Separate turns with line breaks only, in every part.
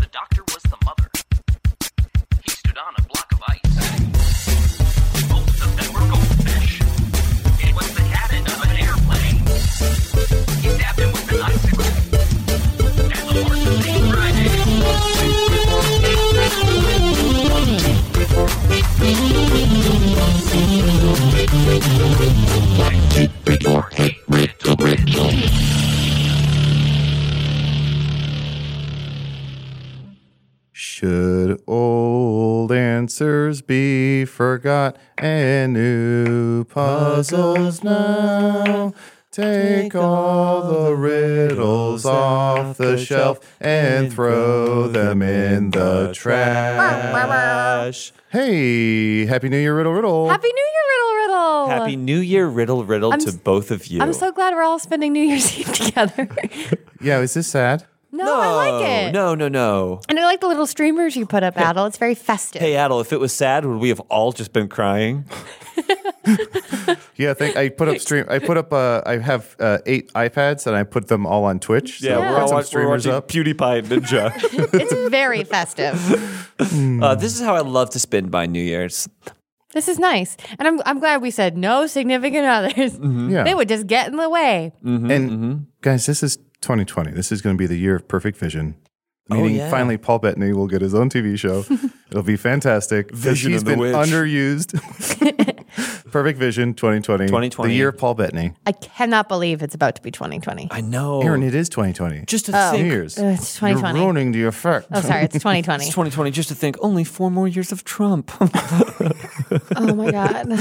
The doctor was the mother. He stood on a block of ice. Both of them were goldfish. It was the cabin of an airplane. He stabbed him with an icicle. And the horses came riding.
Should old answers be forgot and new puzzles now? Take all the riddles off the shelf and throw them in the trash. Hey, Happy New Year, Riddle Riddle.
Happy New Year, Riddle Riddle.
Happy New Year, Riddle Riddle,
I'm
to
s-
both of you.
I'm so glad we're all spending New Year's Eve together.
yeah, is this sad?
no,
no,
I like it.
No, no, no.
And I like the little streamers you put up, Adel. It's very festive.
Hey, Adel, if it was sad, would we have all just been crying?
Yeah, I think I put up stream. I put up. Uh, I have uh, eight iPads and I put them all on Twitch. So
we're
put
all
some
watch- we're
streamers
watching
up.
PewDiePie Ninja.
It's very festive.
Hmm.
uh, this is how I love to spend my New Year's.
This is nice. And I'm, I'm glad we said no significant others.
Mm-hmm.
Yeah.
They would just get in the way.
And guys, this is 2020. This is going to be the year of perfect vision. Meaning,
Oh, yeah.
finally, Paul Bettany will get his own TV show. It'll be fantastic. 'cause
Vision
he's
of the
been
Witch.
underused. perfect Vision 2020.
2020.
The year of Paul Bettany.
I cannot believe it's about to be 2020.
I know.
Aaron, it is 2020.
just to
New
Oh.
think,
Year's.
Ugh, Uh, it's 2020.
You're ruining the effect.
Oh, sorry. It's
it's
2020.
2020, just to think, only four more years of Trump.
oh, my God.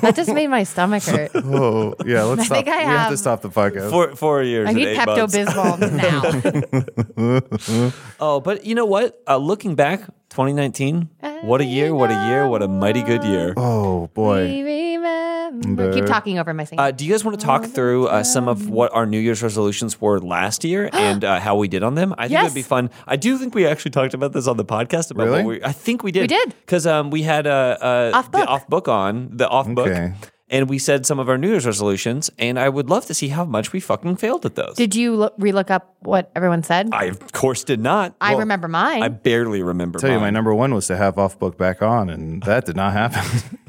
That just made my stomach hurt.
Oh, yeah. Let's stop.
think I
we have to
have-
stop the podcast.
four, four years.
I
and
need
eight
Pepto
months.
Bismol now.
Oh, but you know what? Uh, looking back, 2019, what a year, what a year, what a mighty good year.
oh, boy.
Remember. Keep talking over my singing.
Uh, do you guys want to talk through uh, some of what our New Year's resolutions were last year and uh, how we did on them? I think
Yes.
it'd be fun. I do think we actually talked about this on the podcast. About
Really?
What we, I think we did.
We did.
because um, we had uh, uh,
Off
the
book.
off book on the off
Okay.
book, and we said some of our New Year's resolutions. And I would love to see how much we fucking failed at those.
Did you lo- relook up what everyone said? I,
I of course did not.
remember mine.
I barely remember.
tell you, my
mine.
number one was to have off book back on, and that did not happen.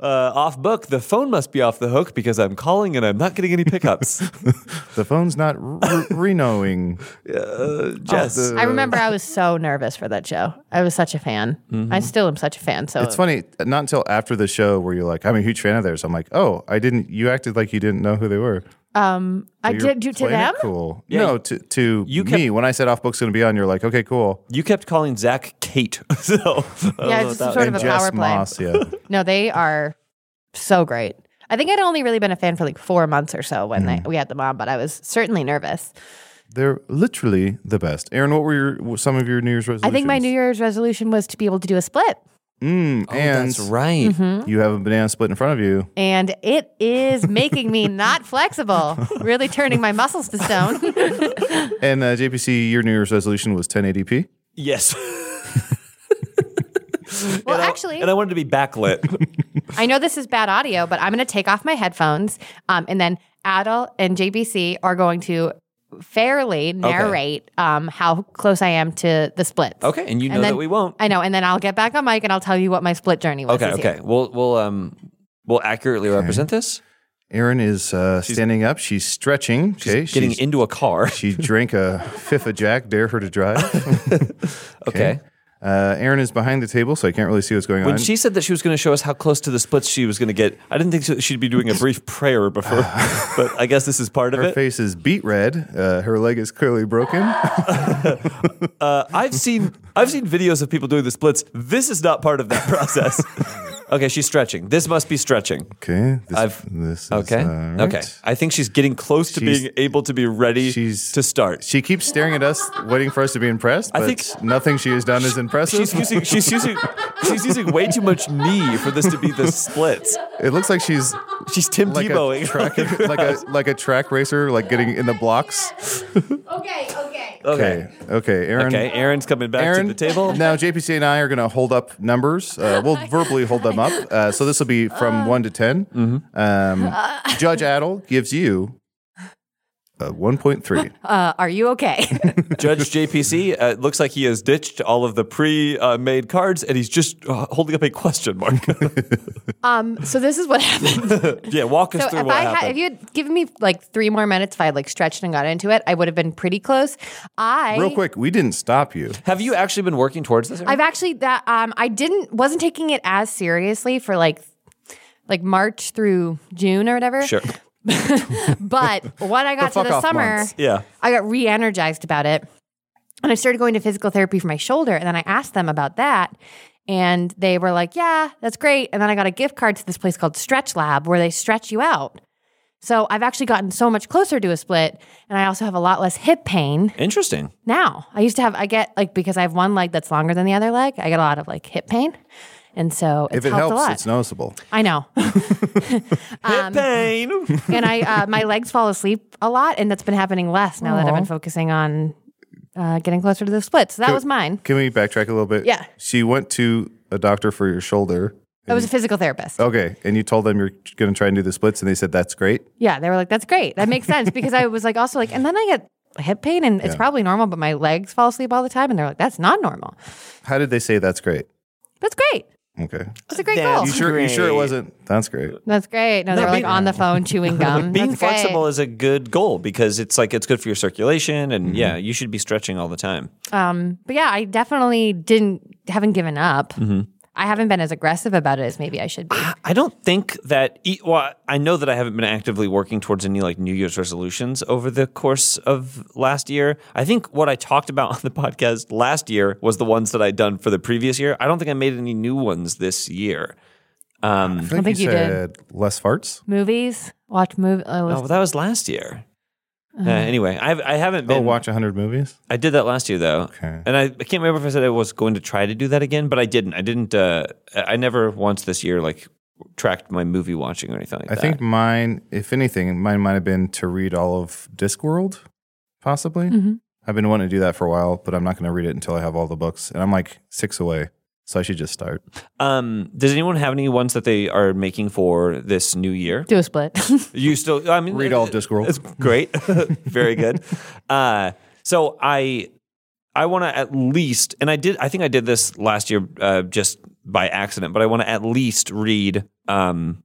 Uh, off book. The phone must be off the hook because I'm calling and I'm not getting any pickups.
the phone's not re- renoing.
Jess.
I remember I was so nervous for that show. I was such a fan. I still am such a fan. So
Mm-hmm. It's funny, not until after the show were you like, I'm a huge fan of theirs. I'm like, oh, I didn't, you acted like you didn't know who they were.
I
You're
did you to
playing it
them.
Cool.
Yeah,
no,
you-
to, to
you
me.
kept-
When I said off book's going to be on, you're like, okay, cool.
You kept calling Zach Kate. so, I
Yeah,
don't know
it's
what
sort
that-
of
and
a power
Jess
play.
Moss, yeah.
No, they are so great. I think I'd only really been a fan for like four months or so when
Mm.
they, we had them on, but I was certainly nervous.
They're literally the best. Aaron, what were your, what- some of your New Year's
I
resolutions?
think my New Year's resolution was to be able to do a split,
Mm, and
Oh, That's right.
Mm-hmm. Hmm?
you have a banana split in front of you.
and it is making me not flexible, really turning my muscles to stone.
And uh, JPC, your New Year's resolution was 1080p.
Yes.
well,
And I-
actually,
and I wanted to be backlit.
I know this is bad audio, but I'm going to take off my headphones, um, and then Adel and JBC are going to fairly narrate um, how close I am to the splits.
okay, and you know
then,
that we won't.
I know, and then I'll get back on mic and I'll tell you what my split journey was.
okay,
this year.
okay. We'll we'll um we'll accurately represent this.
Aaron is uh, standing up. She's stretching. okay.
Getting
she's-
into a car.
She drank a fifth of Jack, dare her to drive.
Okay.
Uh, Aaron is behind the table, so I can't really see what's going
When
on.
she said that she was going to show us how close to the splits she was going to get, I didn't think she'd be doing a brief prayer before, but I guess this is part of
her
it.
face is beet red. Uh, her leg is clearly broken.
Uh, I've seen I've seen videos of people doing the splits. This is not part of that process. okay, she's stretching. This must be stretching.
Okay. This,
I've-
this is, uh,
Okay.
all right.
Okay. I think she's getting close to
She's-
being able to be ready
she's-
to start.
She keeps staring at us, waiting for us to be impressed,
I
but
think-
nothing she has done is impressive.
She's using she's using she's using way too much knee for this to be the splits.
it looks like she's
She's Tim
like a,
Tebowing.
track, like, a, like a track racer, like getting in the blocks.
Okay, okay.
Okay. Okay, Aaron.
Okay, Aaron's coming back
Aaron,
to the table.
Now, JPC and I are going to hold up numbers. Uh, we'll verbally hold them up.
Uh.
Mm-hmm.
Uh, so this will be from one to 10 Um, Judge Adel gives you uh, 1.3.
Uh, are you okay?
Judge JPC uh, looks like he has ditched all of the pre uh, made cards and he's just uh, holding up a question mark.
um, so this is what happened.
yeah, walk us
So
through
if
what
I had,
happened.
if you had given me like three more minutes, if I had like stretched and got into it, I would have been pretty close. I
Real quick, we didn't stop you.
Have you actually been working towards this? Aaron?
I've actually that um I didn't wasn't taking it as seriously for like like March through June or whatever.
sure.
But when I got to
fuck
the
off
summer,
months.
Yeah.
I got re-energized about it. And I started going to physical therapy for my shoulder. And then I asked them about that. And they were like, Yeah, that's great. And then I got a gift card to this place called Stretch Lab where they stretch you out. So I've actually gotten so much closer to a split. And I also have a lot less hip pain
Interesting.
now. I used to have, I get like, because I have one leg that's longer than the other leg, I get a lot of like hip pain. And so it's
If it
helped a
helps,
lot.
it's noticeable.
I know.
Hip pain.
and I, uh, my legs fall asleep a lot. And that's been happening less now that I've been focusing on uh, getting closer to the split. So that was mine.
Can we backtrack a little bit?
Yeah.
So you went to a doctor for your shoulder.
I was a physical therapist.
Okay. And you told them you're going to try and do the splits, and they said, that's great.
Yeah, they were like, "That's great. That makes sense." Because I was like, also like, and then I get hip pain, and it's probably normal, but my legs fall asleep all the time, and they're like, "That's not normal."
How did they say that's great?
That's great.
Okay.
That's a great
That's
goal.
You sure, you sure it
Great.
wasn't? That's great.
Mm.
That's great. No, they
No,
were like
being-
on the phone chewing gum.
Being
That's great.
flexible is a good goal because it's like it's good for your circulation and yeah, you should be stretching all the time.
Um, but yeah, I definitely didn't haven't given up.
Mm-hmm.
I haven't been as aggressive about it as maybe I should be.
I don't think that. e- Well, I know that I haven't been actively working towards any like New Year's resolutions over the course of last year. I think what I talked about on the podcast last year was the ones that I'd done for the previous year. I don't think I made any new ones this year.
I
Um,
think,
think you did.
said less farts.
Movies, watch movie. Uh,
oh, that was last year. Uh, anyway, I've, I haven't
Oh,
been.
watch 100 movies?
I did that last year though,
Okay.
and I, I can't remember if I said I was going to try to do that again, but I didn't. I didn't. Uh, I I never once this year like tracked my movie watching or anything like
I
that.
think mine, if anything, mine might have been to read all of Discworld, possibly.
Mm-hmm.
Mhm.
I've been wanting to do that for a while, but I'm not going to read it until I have all the books. And I'm like six away, so I should just start.
Um, does anyone have any ones that they are making for this new year?
do a split.
You still, I mean,
Read all of
It's
Discworld.
great, very good. Uh, so I, I want to at least, and I did, I think I did this last year uh, just by accident, but I want to at least read um,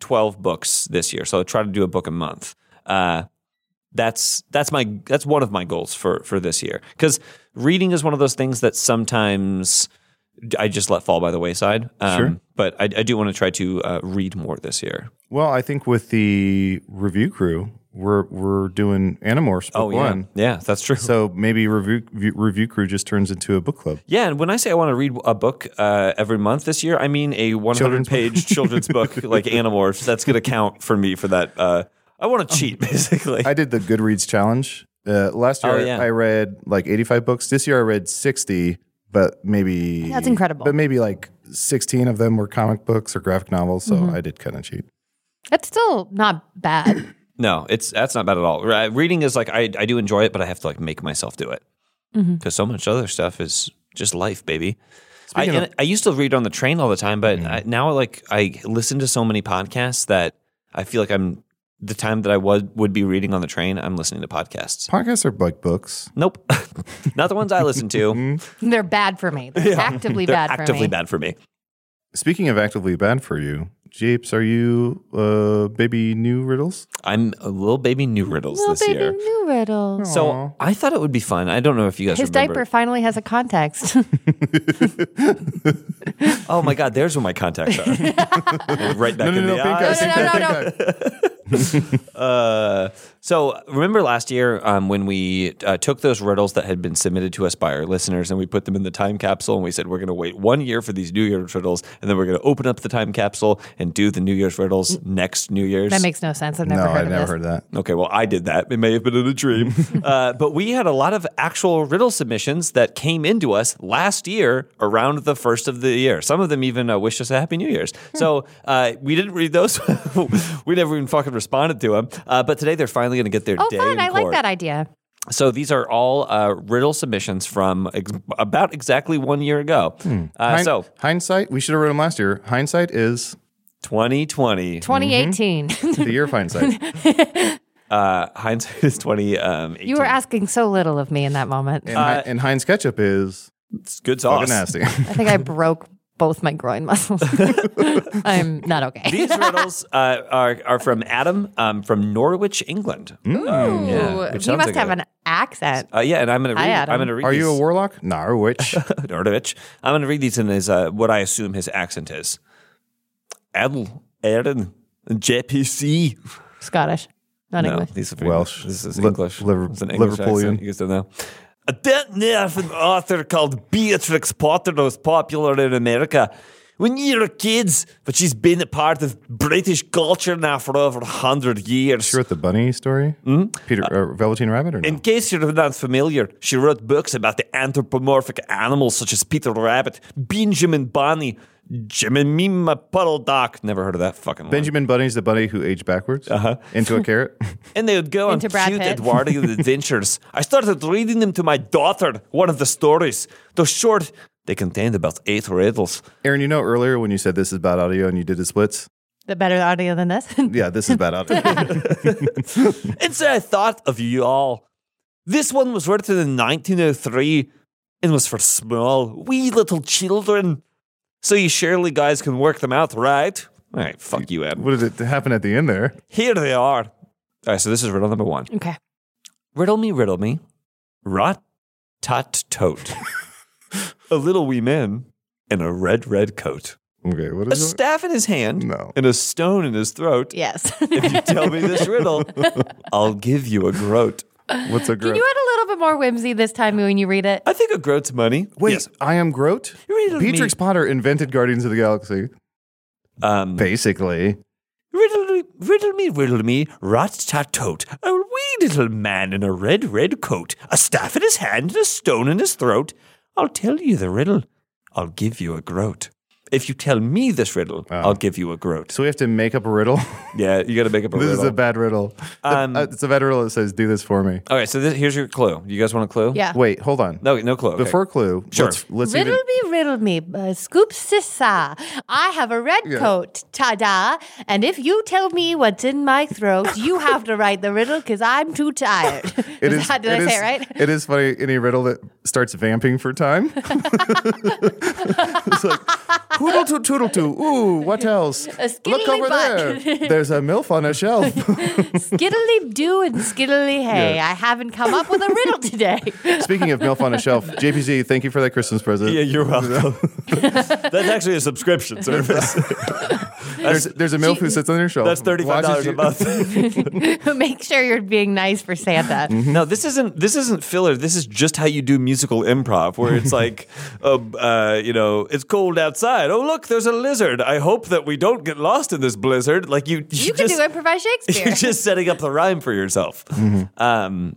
twelve books this year. So I try to do a book a month. Uh, that's that's my that's one of my goals for for this year because reading is one of those things that sometimes I just let fall by the wayside. Um,
Sure.
But I, I do want to try to uh, read more this year.
Well, I think with the review crew, we're we're doing Animorphs book
Oh, yeah,
one.
yeah, that's true.
So maybe review review crew just turns into a book club.
Yeah, and when I say I want to read a book uh, every month this year, I mean a 100
Children's book.
page children's book like Animorphs. That's going to count for me for that. Uh, I want to cheat, basically.
Um, I did the Goodreads challenge. Uh, last year,
Oh, yeah.
I read like 85 books. This year, I read 60, but maybe
That's incredible.
But maybe like 16 of them were comic books or graphic novels. So
Mm-hmm.
I did kind of cheat.
that's still not bad.
no, it's that's not bad at all. Re- Reading is like I, I do enjoy it, but I have to like make myself do it because so much other stuff is just life, baby. I,
Speaking of- Mm.
and I used to read on the train all the time, but I, now like I listen to so many podcasts that I feel like I'm the time that I was would be reading on the train. I'm listening to podcasts.
Podcasts are like books.
Nope, not the ones I listen
Mm-hmm.
to.
They're bad for me. They're actively
They're
bad for
actively
me.
bad for me.
Speaking of actively bad for you, Japes, are you uh, baby new riddles?
I'm a little baby new riddles
Little
this
baby
year.
new riddles.
So I thought it would be fun. I don't know if you guys
His
remember.
diaper finally has a context.
Oh my god, there's where my contacts are. right back in the
pink
eye.
eye, pink
no,
eye,
no,
pink eye.
Uh, so remember last year um, when we uh, took those riddles that had been submitted to us by our listeners and we put them in the time capsule and we said we're going to wait one year for these New Year's riddles and then we're going to open up the time capsule and do the New Year's riddles next New Year's.
that makes no sense. I've
No,
never heard
I
of
never
this.
heard that.
Okay, well, I did that. It may have been in a dream. uh, but we had a lot of actual riddle submissions that came into us last year around the first of the year. Some of them even uh, wished us a Happy New Year's.
Hmm.
So uh, we didn't read those. we never even fucking responded to them. Uh, but today they're finally going to get their
Oh,
day.
fun!
in
I like
court.
that idea.
So these are all uh, riddle submissions from ex- about exactly one year ago.
Hmm.
Uh,
Hind-
so
hindsight, we should have read them last year. Hindsight is
2020.
2018.
Mm-hmm.
the year of hindsight.
Uh, hindsight is twenty. Um,
You were
18.
asking so little of me in that moment.
And, Hi- and Heinz ketchup is
It's good
fucking
sauce.
nasty.
I think I broke both my groin muscles. I'm not okay.
These riddles uh, are are from Adam um, from Norwich, England.
Mm.
Um, yeah,
Ooh, he
which sounds
must
like
have
a-
an accent.
Uh, yeah, and I'm gonna read.
Hi, Adam.
I'm gonna read.
Are you a
these-
warlock? Norwich.
Nerdovich. I'm going to read these in his, uh, what I assume his accent is. Adel, Aaron, JPC.
Scottish, not
No,
English.
these are
Welsh.
This is
Li-
English.
Liver-
it's an English
Liverpoolian.
accent. You guys don't know. A dead name of an author called Beatrix Potter was popular in America when you were kids, but she's been a part of British culture now for over 100 years.
She wrote the bunny story. Peter uh, Velveteen Rabbit or no?
Hmm? In case you're not familiar, she wrote books about the anthropomorphic animals such as Peter Rabbit, Benjamin Bunny, Jemima Puddle Dock. Never heard of that fucking one.
Benjamin Bunny's the bunny who aged backwards
Uh-huh.
into a carrot.
and they would go on
Into Brad
cute
Pitt.
Edwardian adventures. I started reading them to my daughter, one of the stories. Though short, they contained about eight riddles.
Aaron, you know earlier when you said this is bad audio and you did the splits?
The better audio than this.
Yeah, this is bad audio.
And so I thought of you all. This one was written in 1903 and was for small, wee little children. So you surely guys can work them out, right? All right, fuck you, Ed.
what did it happen at the end there?
Here they are. All right, so this is riddle number one.
okay.
Riddle me, riddle me. Rot, tot, tote. a little wee man in a red, red coat.
Okay, what
A
is it?
staff in his hand
No.
and a stone in his throat.
Yes.
If you tell me this riddle, I'll give you a groat.
What's a
Can
groat?
you add a little bit more whimsy this time when you read it?
I think a groat's money.
Wait,
Yes.
I am Groat?
Riddle
Beatrix
me.
Potter invented Guardians of the Galaxy.
Um,
Basically.
riddle me, riddle me, riddle me, rot tat tote. A wee little man in a red, red coat, a staff in his hand and a stone in his throat. I'll tell you the riddle. I'll give you a groat. If you tell me this riddle, I'll give you a groat.
Ah. So we have to make up a riddle.
Yeah, you got to make up a
this
riddle.
is a bad riddle. The-
Um,
uh, it's a bad riddle that says, do this for me.
All right, so this, here's your clue. You guys want a clue?
Yeah.
Wait, hold on.
No, no clue. okay.
Before clue,
Sure.
let's, let's
riddle
even,
me, riddle me, uh, scoop sissa. I have a red coat, ta da. And if you tell me what's in my throat, you have to write the riddle because I'm too tired.
It
Is
is-
that- did I
it
say
is-
it right?
It is funny. Any riddle that starts vamping for time. it's like, hoodle to toodle to. Ooh, what else? Look
skiddly
over
butt.
there. There's a MILF on a shelf.
Skiddly do and skiddly hey. I haven't come up with a riddle today.
Speaking of MILF on a shelf, JPZ, thank you for that Christmas present.
Yeah, you're welcome. That's actually a subscription service.
There's, there's a MILF who sits on your shelf.
That's thirty-five dollars
watches
a
you-
month.
Make sure you're being nice for Santa.
No, this isn't this isn't filler. This is just how you do musical improv, where it's like, uh, uh, you know, it's cold outside. Oh, look, there's a lizard. I hope that we don't get lost in this blizzard. Like you, you,
You can
just,
do improvised Shakespeare.
You're just setting up the rhyme for yourself. Um,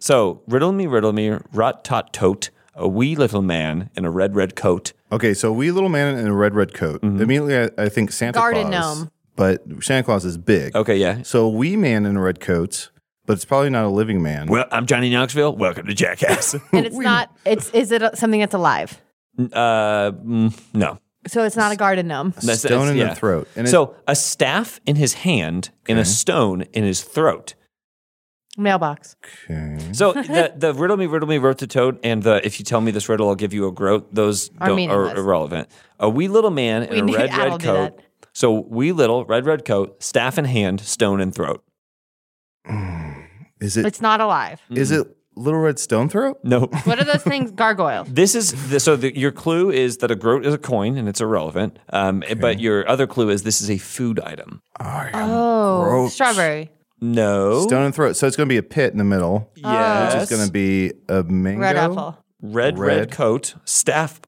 so riddle me, riddle me, rot tot tote. A wee little man in a red red coat.
Okay, so wee little man in a red, red coat.
Mm-hmm.
Immediately, I, I think Santa
Garden
Claus.
gnome.
But Santa Claus is big.
Okay, yeah.
So wee man in a red coat, but it's probably not a living man.
Well, I'm Johnny Knoxville. Welcome to Jackass.
and it's not, it's, is it something that's alive?
Uh, mm, no.
So it's not a garden gnome.
That's-
Stone
that's-
in the
yeah.
throat. And it-
so a staff in his hand and a stone in his throat.
Mailbox.
Okay.
So the, the riddle me, riddle me, wrote to toad, and the if you tell me this riddle, I'll give you a groat. Those
Are
don't, are
meaningless.
irrelevant. A wee little man
We
in
need-
a red
Ad'll
red
do
coat.
that.
So wee little red red coat, staff in hand, stone in throat.
Is it
It's not alive.
Is
Mm-hmm.
it Little Red Stone Throat?
Nope.
What are those things? Gargoyles.
This is the, so. The, your clue is that a groat is a coin, and it's irrelevant. Um, But your other clue is this is a food item.
Oh,
Gross.
strawberry.
No.
Stone and Throat. So it's going to be a pit in the middle.
Yes.
Which is going to be a mango.
Red apple.
red, red
Red.
coat, staff.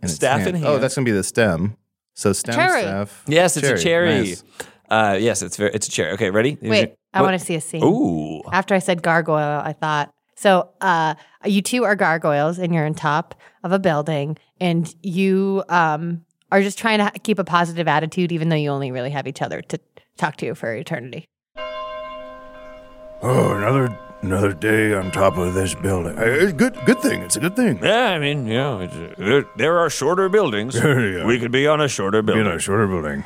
and it's
Staff
hand.
in
Oh,
hand.
that's going to be the stem. So stem,
Cherry.
staff.
Yes, it's a cherry.
Nice.
Uh, yes, it's very, it's a cherry. Okay, ready?
Wait, I want to see a scene.
Ooh.
After I said gargoyle, I thought, so uh, you two are gargoyles and you're on top of a building and you um, are just trying to keep a positive attitude, even though you only really have each other to talk to for eternity.
Oh, another another day on top of this building. Hey, it's good good thing. It's a good thing.
Yeah, I mean, you know, it's, there, there are shorter buildings.
Yeah.
We could be on a shorter
You
building.
know, shorter building.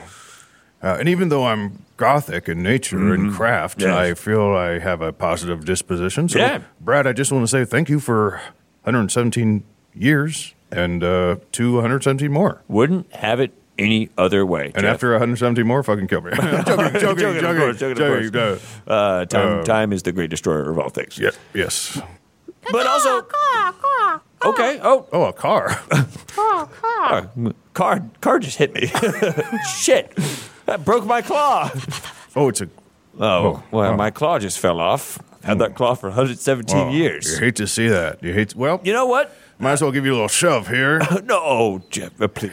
Uh, and even though I'm gothic in nature
Mm-hmm.
and craft, I feel I have a positive disposition. So,
Yeah.
Brad, I just want to say thank you for 117 years and uh, 217 more.
Wouldn't have it any other way.
And
Jeff.
after 117 more, fucking kill me. joking, joking, joking,
Joking,
joking,
of course, joking, of course.
no.
uh, time, time is the great destroyer of all things.
Yeah, yes.
But also, okay. Oh,
Oh, a car.
car, car, car just hit me. Shit, that broke my claw.
Oh, it's a.
Oh, well,
oh.
my claw just fell off. Had that claw for 117
oh, You
years.
hate to see that. You hate. Well,
You know what?
might as well give you a little shove here.
No, oh, Jeff, uh, please.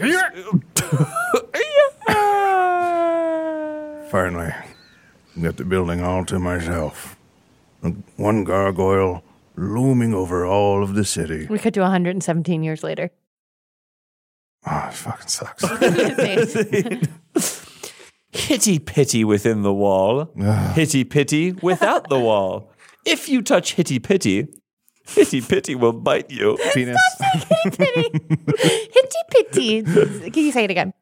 Finally, got the building all to myself. One gargoyle looming over all of the city.
We could do 117 years later.
Ah, it fucking sucks.
Hitty pitty within the wall. Hitty pitty without the wall. If you touch hitty pitty, hitty pitty will bite you.
Penis.
Hitty pitty. Can you say it again?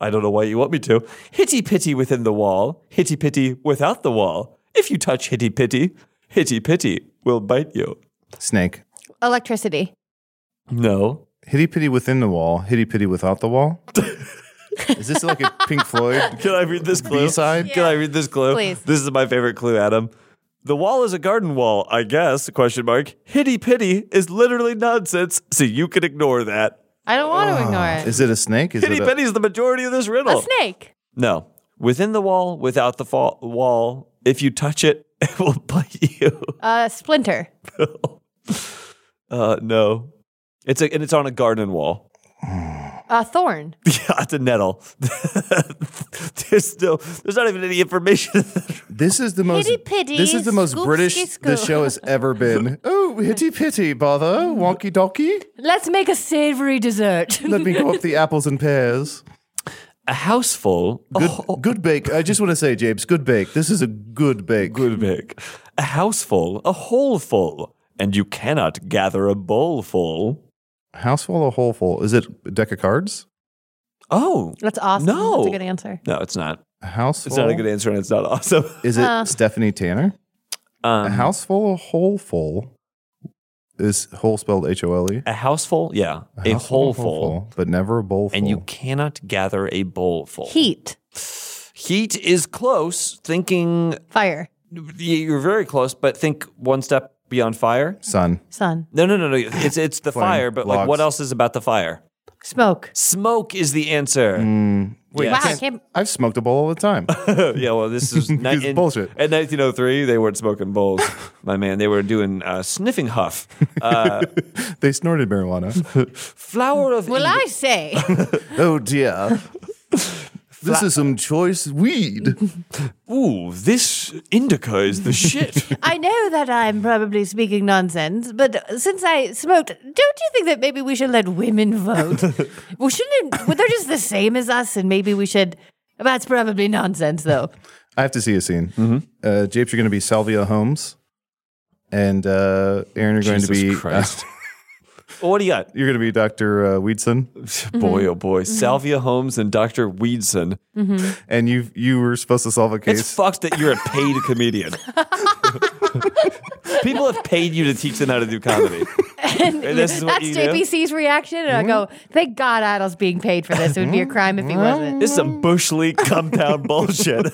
I don't know why you want me to. Hitty pitty within the wall. Hitty pitty without the wall. If you touch hitty pitty, hitty pitty will bite you.
Snake.
Electricity.
No.
Hitty pitty within the wall. Hitty pitty without the wall. Is this like a Pink Floyd
Can I read this clue?
B-side?
Can I read this clue?
Please.
This is my favorite clue, Adam. The wall is a garden wall, I guess, question mark. Hitty pitty is literally nonsense, so you can ignore that.
I don't want
Ah,
to ignore it.
Is it a snake? Is
Hitty
it a,
pitty is the majority of this riddle.
A snake.
No. Within the wall, without the fall- wall, if you touch it, it will bite you.
A splinter.
Uh, no. It's a, and it's on a garden wall.
A thorn.
Yeah, it's a nettle. there's no, there's not even any information.
This is the most.
Hitty pitty,
this is the most
scoop
British
ski scoop.
the show has ever been. Oh, hitty pitty, bother, wonky docky.
Let's make a savory dessert.
Let me go up the apples and pears.
a house full.
Good, good bake. I just want to say, James, good bake. This is a good bake.
Good big. A house full, a hole full, and you cannot gather a bowl full.
House full or hole full? Is it a deck of cards?
Oh.
That's awesome.
No.
That's a good answer.
No, it's not.
A house.
It's
full?
not a good answer and it's not awesome.
Is it
Uh.
Stephanie Tanner?
Um,
A house full or hole full? Is hole spelled H O L E?
A house full? Yeah. A,
house full
hole
or
full.
but never a bowl full.
And you cannot gather a bowl full.
Heat.
Heat is close, thinking
Fire.
you're very close, but think one step beyond fire.
son.
Sun.
No, no, no, no. It's it's the
Flame,
fire, but like
logs.
what else is about the fire?
Smoke.
Smoke is the answer.
Wait,
Mm, Yes.
Wow, I can't.
I've smoked a bowl all the time.
yeah, well, this is ni-
It's
in-
bullshit.
In 1903, they weren't smoking bowls, my man. They were doing uh, sniffing huff. Uh,
they snorted marijuana.
flower of
Well,
Eng-
I say.
oh dear. This is some choice weed.
ooh, this indica is the shit.
I know that I'm probably speaking nonsense, but since I smoked, don't you think that maybe we should let women vote? well, shouldn't well, they're just the same as us, and maybe we should. That's probably nonsense, though.
I have to see a scene.
Mm-hmm.
Uh, Japes, you're going to be Salvia Holmes, and uh, Aaron, you're going
Jesus
to be
Christ. Well, what do you got?
you're going to be Doctor uh, Weedson,
Boy, oh boy, Salvia Holmes and Dr. Weedson.
and you you were supposed to solve a
It's
case.
fucked that you're a paid comedian. People have paid you to teach them how to do comedy.
And
And this is what
that's
you do? Mm-hmm.
JPC's reaction, and I go, "Thank God Idle's being paid for this. It would be a crime if he wasn't."
This is some bush league compound bullshit.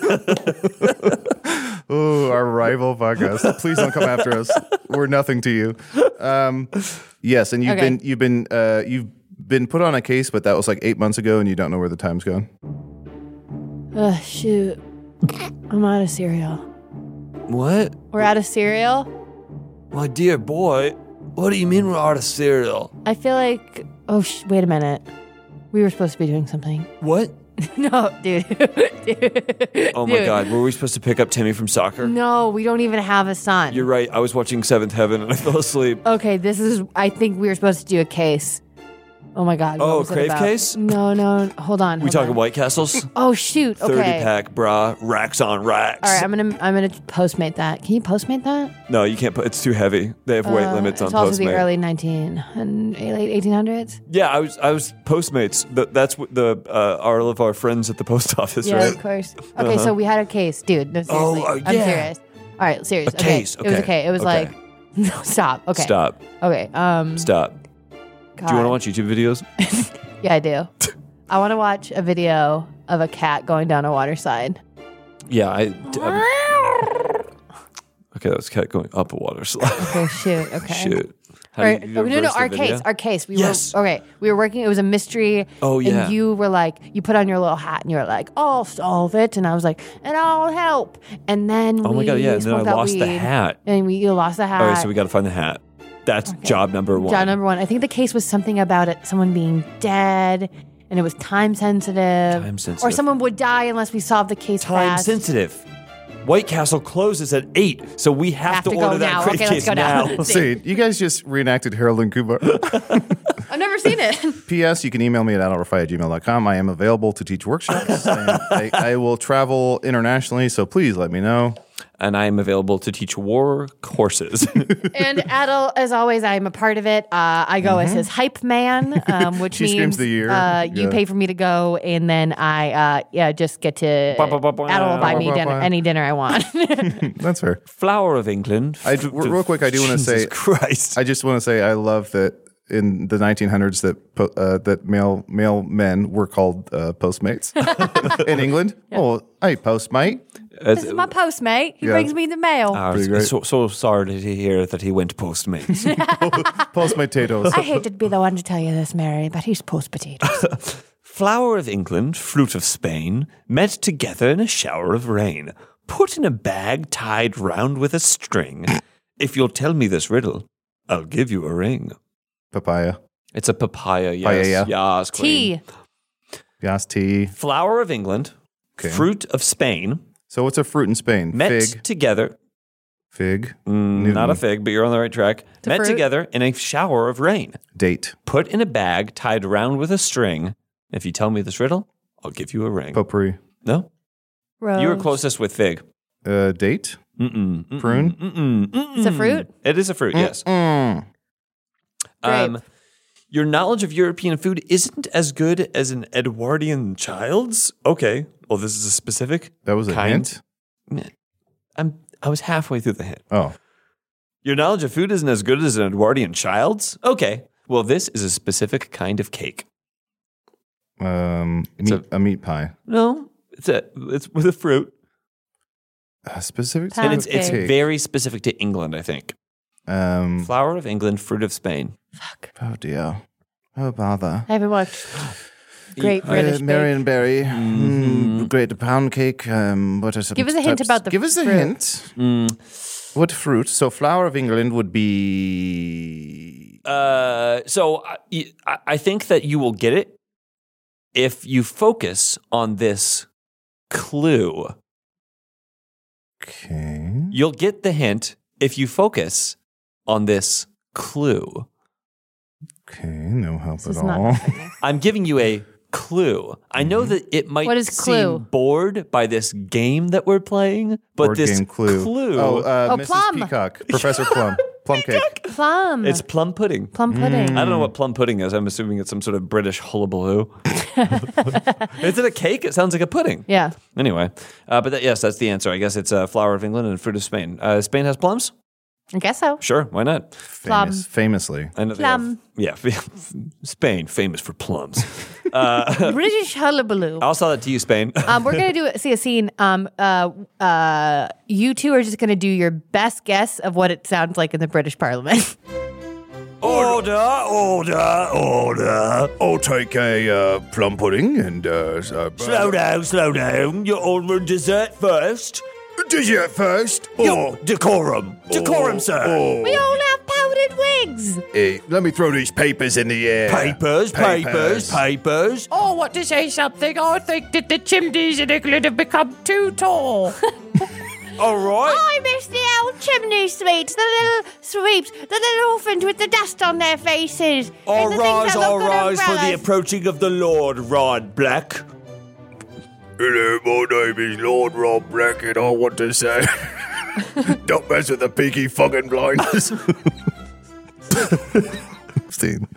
oh, our rival podcast. Please don't come after us. We're nothing to you. Um, yes, and you've
Okay.
been you've been uh, you've been put on a case, but that was like eight months ago, and you don't know where the time's gone.
Mm-hmm.
Ugh, shoot, I'm out of cereal.
what?
We're out of cereal.
My dear boy, what do you mean we're out of cereal?
I feel like. Oh, sh- wait a minute. We were supposed to be doing something.
What?
No, dude. Dude.
Oh my god, were we supposed to pick up Timmy from soccer?
No, we don't even have a son.
You're right. I was watching Seventh Heaven and I fell asleep.
okay, this is. I think we were supposed to do a case. Oh my God. what
Oh,
was it
Crave
about?
case?
No, no. Hold on.
We
hold
talking
on.
White Castles?
Oh shoot. Okay.
Thirty pack bra, racks on racks.
All right, I'm gonna I'm gonna postmate that. Can you postmate that?
No, you can't put. It's too heavy. They have weight
Uh,
limits on
it's also the
Postmates.
early 19 and late 1800s.
yeah, I was I was Postmates. That, that's what the uh, all of our friends at the post office,
yeah,
right? Uh-huh.
of course. Okay, so we had a case, dude. No, seriously,
uh,
I'm
yeah.
serious. All right, serious.
A case,
It was
okay,
okay. It was
okay.
like, no, stop. Okay,
Stop,
Okay. Um,
stop. Do you
God.
want to watch YouTube videos?
Yeah, I do. I want to watch a video of a cat going down a waterside.
Yeah, I. d- I'm- okay, that was cat going up a water slide.
Okay, shoot. Oh, Okay.
Shoot. How
Or, oh,
do you
no, no,
reverse the
our
video?
case, our case. We
Yes.
were okay. We were working. It was a mystery.
Oh, yeah.
And you were like, you put on your little hat, and you were like, "I'll solve it," and I was like, "And I'll help." And then
Oh my
we
God, yeah, and then I
smoked out
lost the
weed,
hat.
and we you lost the hat.
All right, so we got to find the hat. That's job number one.
uh, Job number one. I think the case was something about it, someone being dead, and it was time sensitive.
Time sensitive.
Or someone would die unless we solved the case
time
fast.
sensitive. White Castle closes at eight, so we have,
Have
to,
to go
order that
now.
crate
Okay, let's
case
go now.
now.
Let's see. You guys just reenacted Harold and Kumar.
I've never seen it.
P.S. You can email me at adultrfi at gmail.com. I am available to teach workshops. and I, I will travel internationally, so please let me know.
and I am available to teach war courses.
and Adel, as always, I'm a part of it. Uh, I go as his hype man, um, which
She
means
Mm-hmm. screams the year.
Uh, you
Yeah.
pay for me to go, and then I uh, yeah just get to
Bah, bah, bah, bah.
Adel will buy me
Bah, bah,
dinner,
bah.
any dinner I want.
That's fair.
Flower of England.
I- real quick, I do wanna
Jesus
say-
Christ.
I just want to say I love that in the 1900s that po- uh, that male male men were called uh, postmates in England. Oh, hey, postmate.
this is my postmate. He brings me the mail.
I
Pretty great.
was so, so sorry to hear that he went postmates.
Postmatatoes.
I hate to be the one to tell you this, Mary, but he's post potatoes.
Flower of England, fruit of Spain, met together in a shower of rain, put in a bag tied round with a string. if you'll tell me this riddle, I'll give you a ring.
Papaya.
It's a papaya, yes.
Papaya.
Yes, queen.
Tea.
Yas tea.
Flower of England,
Okay.
fruit of Spain,
So what's a fruit in Spain?
met
Fig.
together.
Fig.
Mm, not a fig, but you're on the right track.
a
met
fruit.
together in a shower of rain,
Date.
put in a bag tied round with a string. If you tell me this riddle, I'll give you a ring.
Potpourri.
no,
Rose.
you were closest with fig.
Uh, date.
Mm-mm, mm-mm,
Prune?
Mm-mm, mm-mm.
It's a fruit?
It is a fruit. Yes.
Mm.
Um, your knowledge of European food isn't as good as an Edwardian child's. Okay. Well, this is a specific.
That was a
Kind.
hint.
I'm. I was halfway through the hint.
Oh,
Your knowledge of food isn't as good as an Edwardian child's. Okay. Well, this is a specific kind of cake.
um,
It's
meat, a, meat pie.
No, it's a. It's with a fruit,
A specific.
And
and
type
it's
of
it's
cake.
very specific to England. I think
Um,
flower of England, fruit of Spain.
oh dear. Oh bother.
I haven't watched Great
Uh,
British Bake.
Marion Barry, mm,
Mhm.
great pound cake. Um, what are some
Give us a hint
types-
about the
Give us a
fruit.
hint.
Mm,
What fruit? So, flower of England would be
Uh, so I, I- I think that you will get it if you focus on this clue.
okay.
You'll get the hint if you focus on this clue.
Okay, no help
This
at
is not-
all.
I'm giving you a clue. I know
Mm-hmm.
that it might
What is clue?
seem bored by this game that we're playing, but
Board
this
game clue. Oh, uh,
Oh,
Mrs.
plum.
Peacock, Professor Plum, plum cake.
Plum.
it's plum pudding.
plum
Mm.
pudding.
I don't know what
Hmm.
plum pudding is. I'm assuming it's some sort of British hullabaloo. is it a cake? It sounds like a pudding.
Yeah.
Anyway, uh, but that, yes, that's the answer. I guess it's uh, flower of England and fruit of Spain. Uh, Spain has plums.
I guess so.
Sure, why not?
Plum.
Famous, famously,
I know they
Plum.
Have, yeah, Spain famous for plums. uh,
British hullabaloo.
I'll sell that to you, Spain.
Um, we're gonna do see a scene. Um, uh, uh, you two are just gonna do your best guess of what it sounds like in the British Parliament.
order, Uh, order, order.
I'll take a uh, plum pudding and uh, s- uh,
Slow down, slow down. You're ordering dessert first.
dessert first.
Yo,
Or,
decorum, Oh, decorum, sir.
or-
we all have powdered wigs.
eh, let me throw these papers in the air.
Papers, papers, papers.
Oh, want to say something. I think that the chimneys in England have become too tall.
All right.
I miss the old chimney sweeps, the little sweeps, the little orphans with the dust on their faces.
All
and Oh, the things
rise,
that
all
look at
rise for the
umbrellas.
approaching of the Lord Rod Black.
Hello, my name is Lord Rob Black, and I want to say, don't mess with the peaky fucking blinders.
Seen.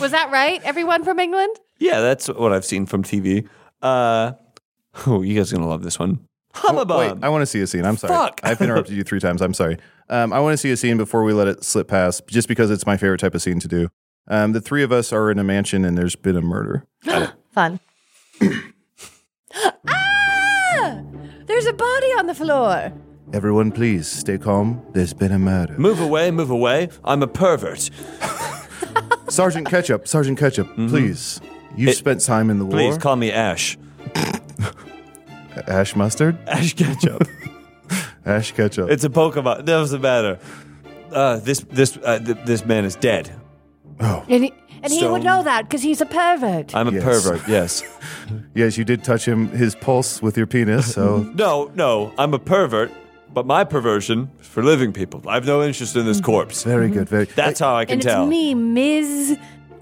Was that right? Everyone from England?
Yeah, that's what I've seen from TV. Uh, oh, you guys are gonna love this one.
Wait,
Hubbub.
I want to see a scene. I'm sorry.
Fuck.
I've interrupted you three times. I'm sorry. Um, I want to see a scene before we let it slip past, just because it's my favorite type of scene to do. Um, the three of us are in a mansion and there's been a murder.
Fun. ah! There's a body on the floor.
Everyone, please stay calm. There's been a murder.
move away, move away. I'm a pervert.
Sergeant Ketchup, Sergeant Ketchup, please. You've spent time in the war.
Mm-hmm. Please call me Ash.
Ash mustard?
Ash Ketchup.
Ash ketchup.
it's a Pokemon. Doesn't matter. Uh, this this uh, th- this man is dead.
And he, and he would
So-
know that because he's a pervert.
I'm a
Yes.
pervert. Yes.
yes, you did touch him his pulse with your penis, so
No, no. I'm a pervert. But my perversion is for living people. I've no interest in this corpse.
very good. Very
That's how I can
and
tell.
it's me, Ms.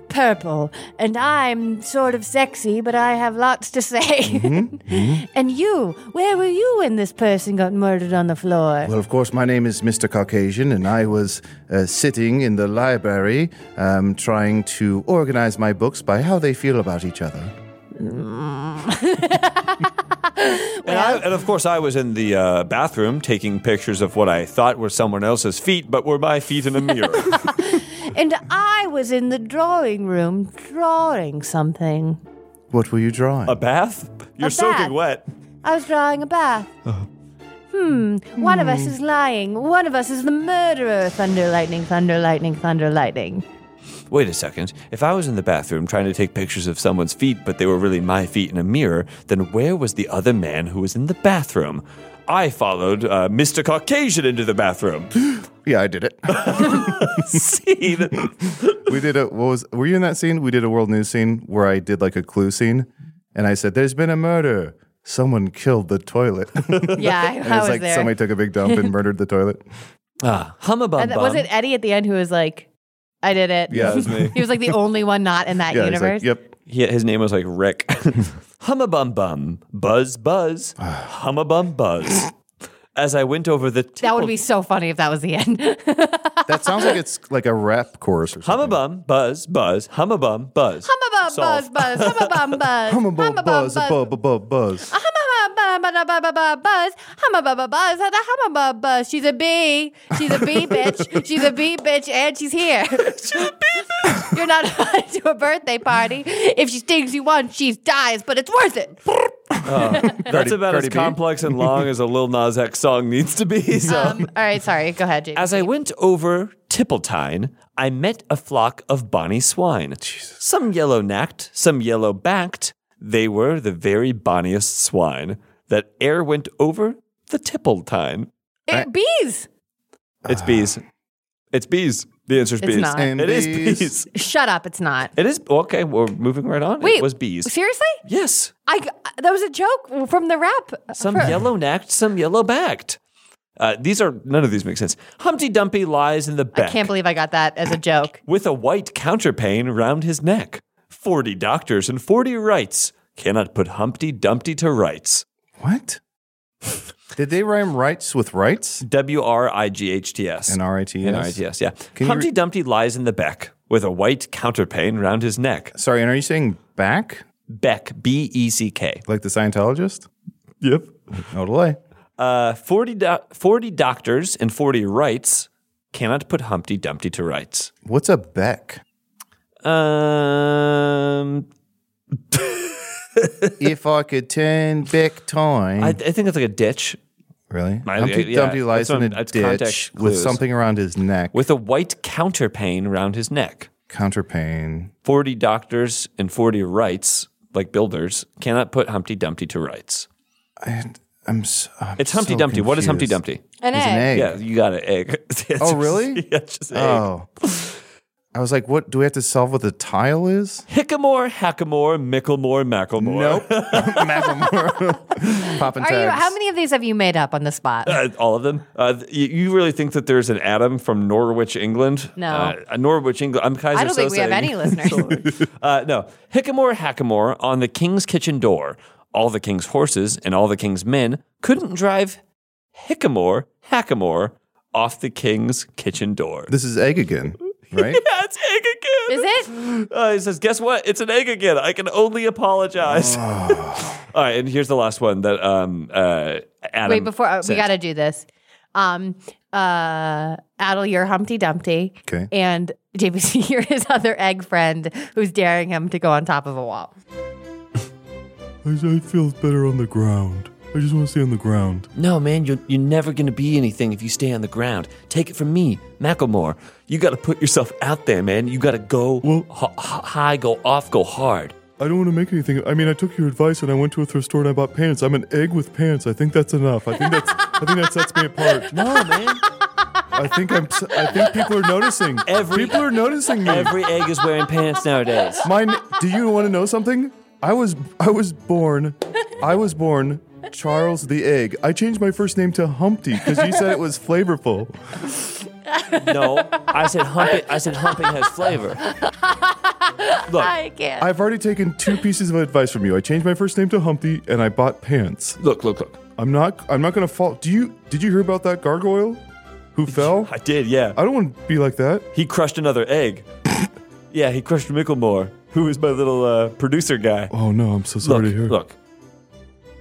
Purple, and I'm sort of sexy, but I have lots to say.
Mm-hmm.
and you, where were you when this person got murdered on the floor?
Well, of course, my name is Mr. Caucasian, and I was uh, sitting in the library um, trying to organize my books by how they feel about each other.
And, I, and of course, I was in the uh, bathroom taking pictures of what I thought were someone else's feet, but were my feet in a mirror.
and I was in the drawing room drawing something.
What were you drawing?
a bath? You're
bath.
soaking wet.
I was drawing a bath.
Uh-huh.
Hmm. One of us is lying. One of us is the murderer. Thunder, lightning, thunder, lightning, thunder, lightning.
Wait a second. If I was in the bathroom trying to take pictures of someone's feet, but they were really my feet in a mirror, then where was the other man who was in the bathroom? I followed uh, Mr. Caucasian into the bathroom.
yeah, I did it.
Scene.
we did a. What was? Were you in that scene? We did a world news scene where I did like a clue scene, and I said, "There's been a murder. Someone killed the toilet." and
Yeah, I, I
it's
was
like
there.
somebody took a big dump and murdered the toilet.
ah, hummabum.
And that- Uh, was it Eddie at the end who was like, "I did it"?
Yeah, it was
me.
he was like the only one not in that
Yeah, he's
universe.
like, yep.
He, his name was like Rick. Hummabum bum, buzz buzz,
Ah.
hummabum buzz. As I went over the
That would
tickled-
be so funny if that was the end.
That sounds like it's like a rap chorus or something.
hummabum buzz buzz hummabum buzz
Hummabum buzz
Solved.
buzz. Hummabum buzz.
Hummabum buzz, a bub, a bub, buzz.
Hummabubba-buzz, hummabubba-buzz, the hummabubba. She's a bee. She's a bee bitch. She's a bee bitch, and she's here. You're not invited to a birthday party. If she stings you once, she dies, but it's worth it.
That's about
Cardi
as
B.
complex and long as a Lil Nas X song needs to be. So.
Um, all right, sorry. Go ahead, Jake.
As I went over Tippletine, I met a flock of bonny swine. Some yellow nacked, some yellow backed. They were the very bonniest swine that air went over the Tippletine.
it, bees.
It's bees. It's bees. The answer's
It's
bees.
not.
And
It is
bees.
bees.
Shut up. It's not.
It is okay. We're moving right on.
Wait,
it was bees.
Seriously?
Yes,
I that was a joke from the rap.
some
From-
yellow nacked, some yellow backed. Uh, these are none of these make sense. Humpty Dumpty lies in the
I
back
can't believe I got that as a joke.
with a white counterpane round his neck. Forty doctors and forty rights cannot put Humpty Dumpty to rights.
What? Did they rhyme rights with rights?
W R I G H T S.
And R-I-T-S?
N R I T E S. Yeah.
Can you
Humpty
re-
Dumpty lies in the back with a white counterpane round his neck.
Sorry, and are you saying back
Beck. B E C K.
like the Scientologist?
Yep.
No delay.
Uh, 40, doc 40 doctors and 40 rights cannot put Humpty Dumpty to rights.
What's a beck?
Um,
if I could turn back time,
I, I think it's like a ditch
really?
I-
Humpty
yeah,
Dumpty lies in a
that's what- that's
ditch
context
with
clues.
something around his neck.
with a white counterpane round his neck.
counterpane.
40 doctors and 40 rights, like builders, cannot put Humpty Dumpty to rights.
I, I'm. So, I'm
It's Humpty
so
Dumpty. What is Humpty
confused.
Dumpty?
An
It's an
egg.
egg.
Yeah, you got it. Egg. The
Oh,
answer's-
really?
yeah, it's just egg.
Oh. I was like, what do we have to solve what the tile is?
Hickamore, Hackamore, Micklemore, Macklemore.
Nope. Macklemore. Popping
Are you?
tags.
How many of these have you made up on the spot?
Uh, all of them. Uh, th- you, you really think that there's an Adam from Norwich, England?
No.
Uh, Norwich, England. I'm Kaiser
I don't think we
Sosa.
have any listeners.
uh, no. Hickamore Hackamore on the king's kitchen door. All the king's horses and all the king's men couldn't drive Hickamore Hackamore off the king's kitchen door.
This is egg again, right?
yeah, it's egg
Is
again.
it?
Uh, he says, "Guess what? It's an egg again. I can only apologize." all right, and here's the last one that um uh Adam.
Wait, before uh, we
sent.
got to do this. Um, uh, Adel, you're Humpty Dumpty.
'Kay.
And JBC, you're his other egg friend who's daring him to go on top of a wall.
I, I feel better on the ground. I just want to stay on the ground.
No, man, you're, you're never going to be anything if you stay on the ground. Take it from me, Macklemore. You got to put yourself out there, man. You got to go
Well-
ho- ho- high, go off, go hard.
I don't want to make anything. I mean, I took your advice and I went to a thrift store and I bought pants. I'm an egg with pants. I think that's enough. I think that's. I think that sets me apart.
No, man.
I think I'm. s- I think people are noticing.
Every-
people are noticing me.
Every egg is wearing pants nowadays.
Mine. Do you want to know something? I was. I was born. I was born. Charles the Egg. I changed my first name to Humpty because you said it was flavorful.
No, I said humping. I said humping has flavor. Look,
I can't.
I've already taken two pieces of advice from you. I changed my first name to Humpty and I bought pants.
look, look, look.
I'm not. I'm not gonna fall. Do you? Did you hear about that gargoyle who fell?
I did, yeah.
I don't want to be like that.
He crushed another egg. yeah, he crushed Micklemore, who is my little uh, producer guy.
Oh no, I'm so
Look,
sorry to hear.
look.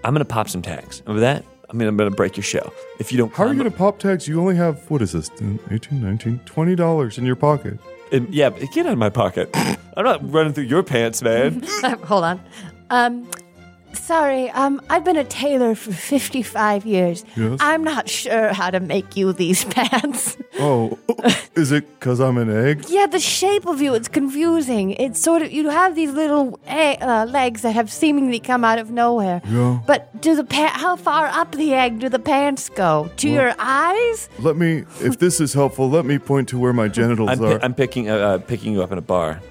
I'm gonna pop some tags. Over that, I mean, I'm gonna break your show if you don't.
How are you
climb
gonna pop tags? You only have what is this? 10, 18, 19, 20 dollars in your pocket.
Um, yeah, but get out of my pocket. I'm not running through your pants, man.
Hold on. Um, sorry, um, I've been a tailor for 55 years.
Yes?
I'm not sure how to make you these pants.
Oh, is it because I'm an egg?
yeah, the shape of you, it's confusing. It's sort of, you have these little eh, uh, legs that have seemingly come out of nowhere.
Yeah.
But do the pa- how far up the egg do the pants go? To your eyes?
Let me. If this is helpful, let me point to where my genitals
I'm, pi-
are.
I'm picking uh, uh, picking you up in a bar.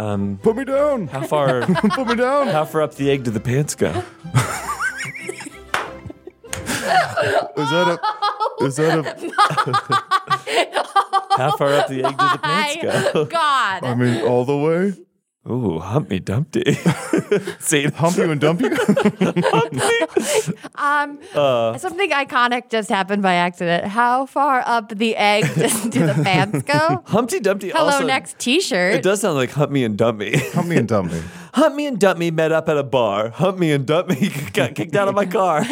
Um,
Put me down.
how far
Put me down.
how far up the egg do the pants go?
Is that a? Is that a?
How far up the egg do the pants
My God.
I mean, all the way.
go? Ooh, Humpty Dumpty. See,
Humpy and dumpy.
Um, something iconic just happened by accident. How far up the egg does- do the pants go?
Humpty Dumpty.
Hello,
also,
next T-shirt.
It does sound like Hump Me and Dump Me.
Hump me and dump me.
Hump Me and Dump Me met up at a bar. Hump Me and Dump Me got kicked out of my car.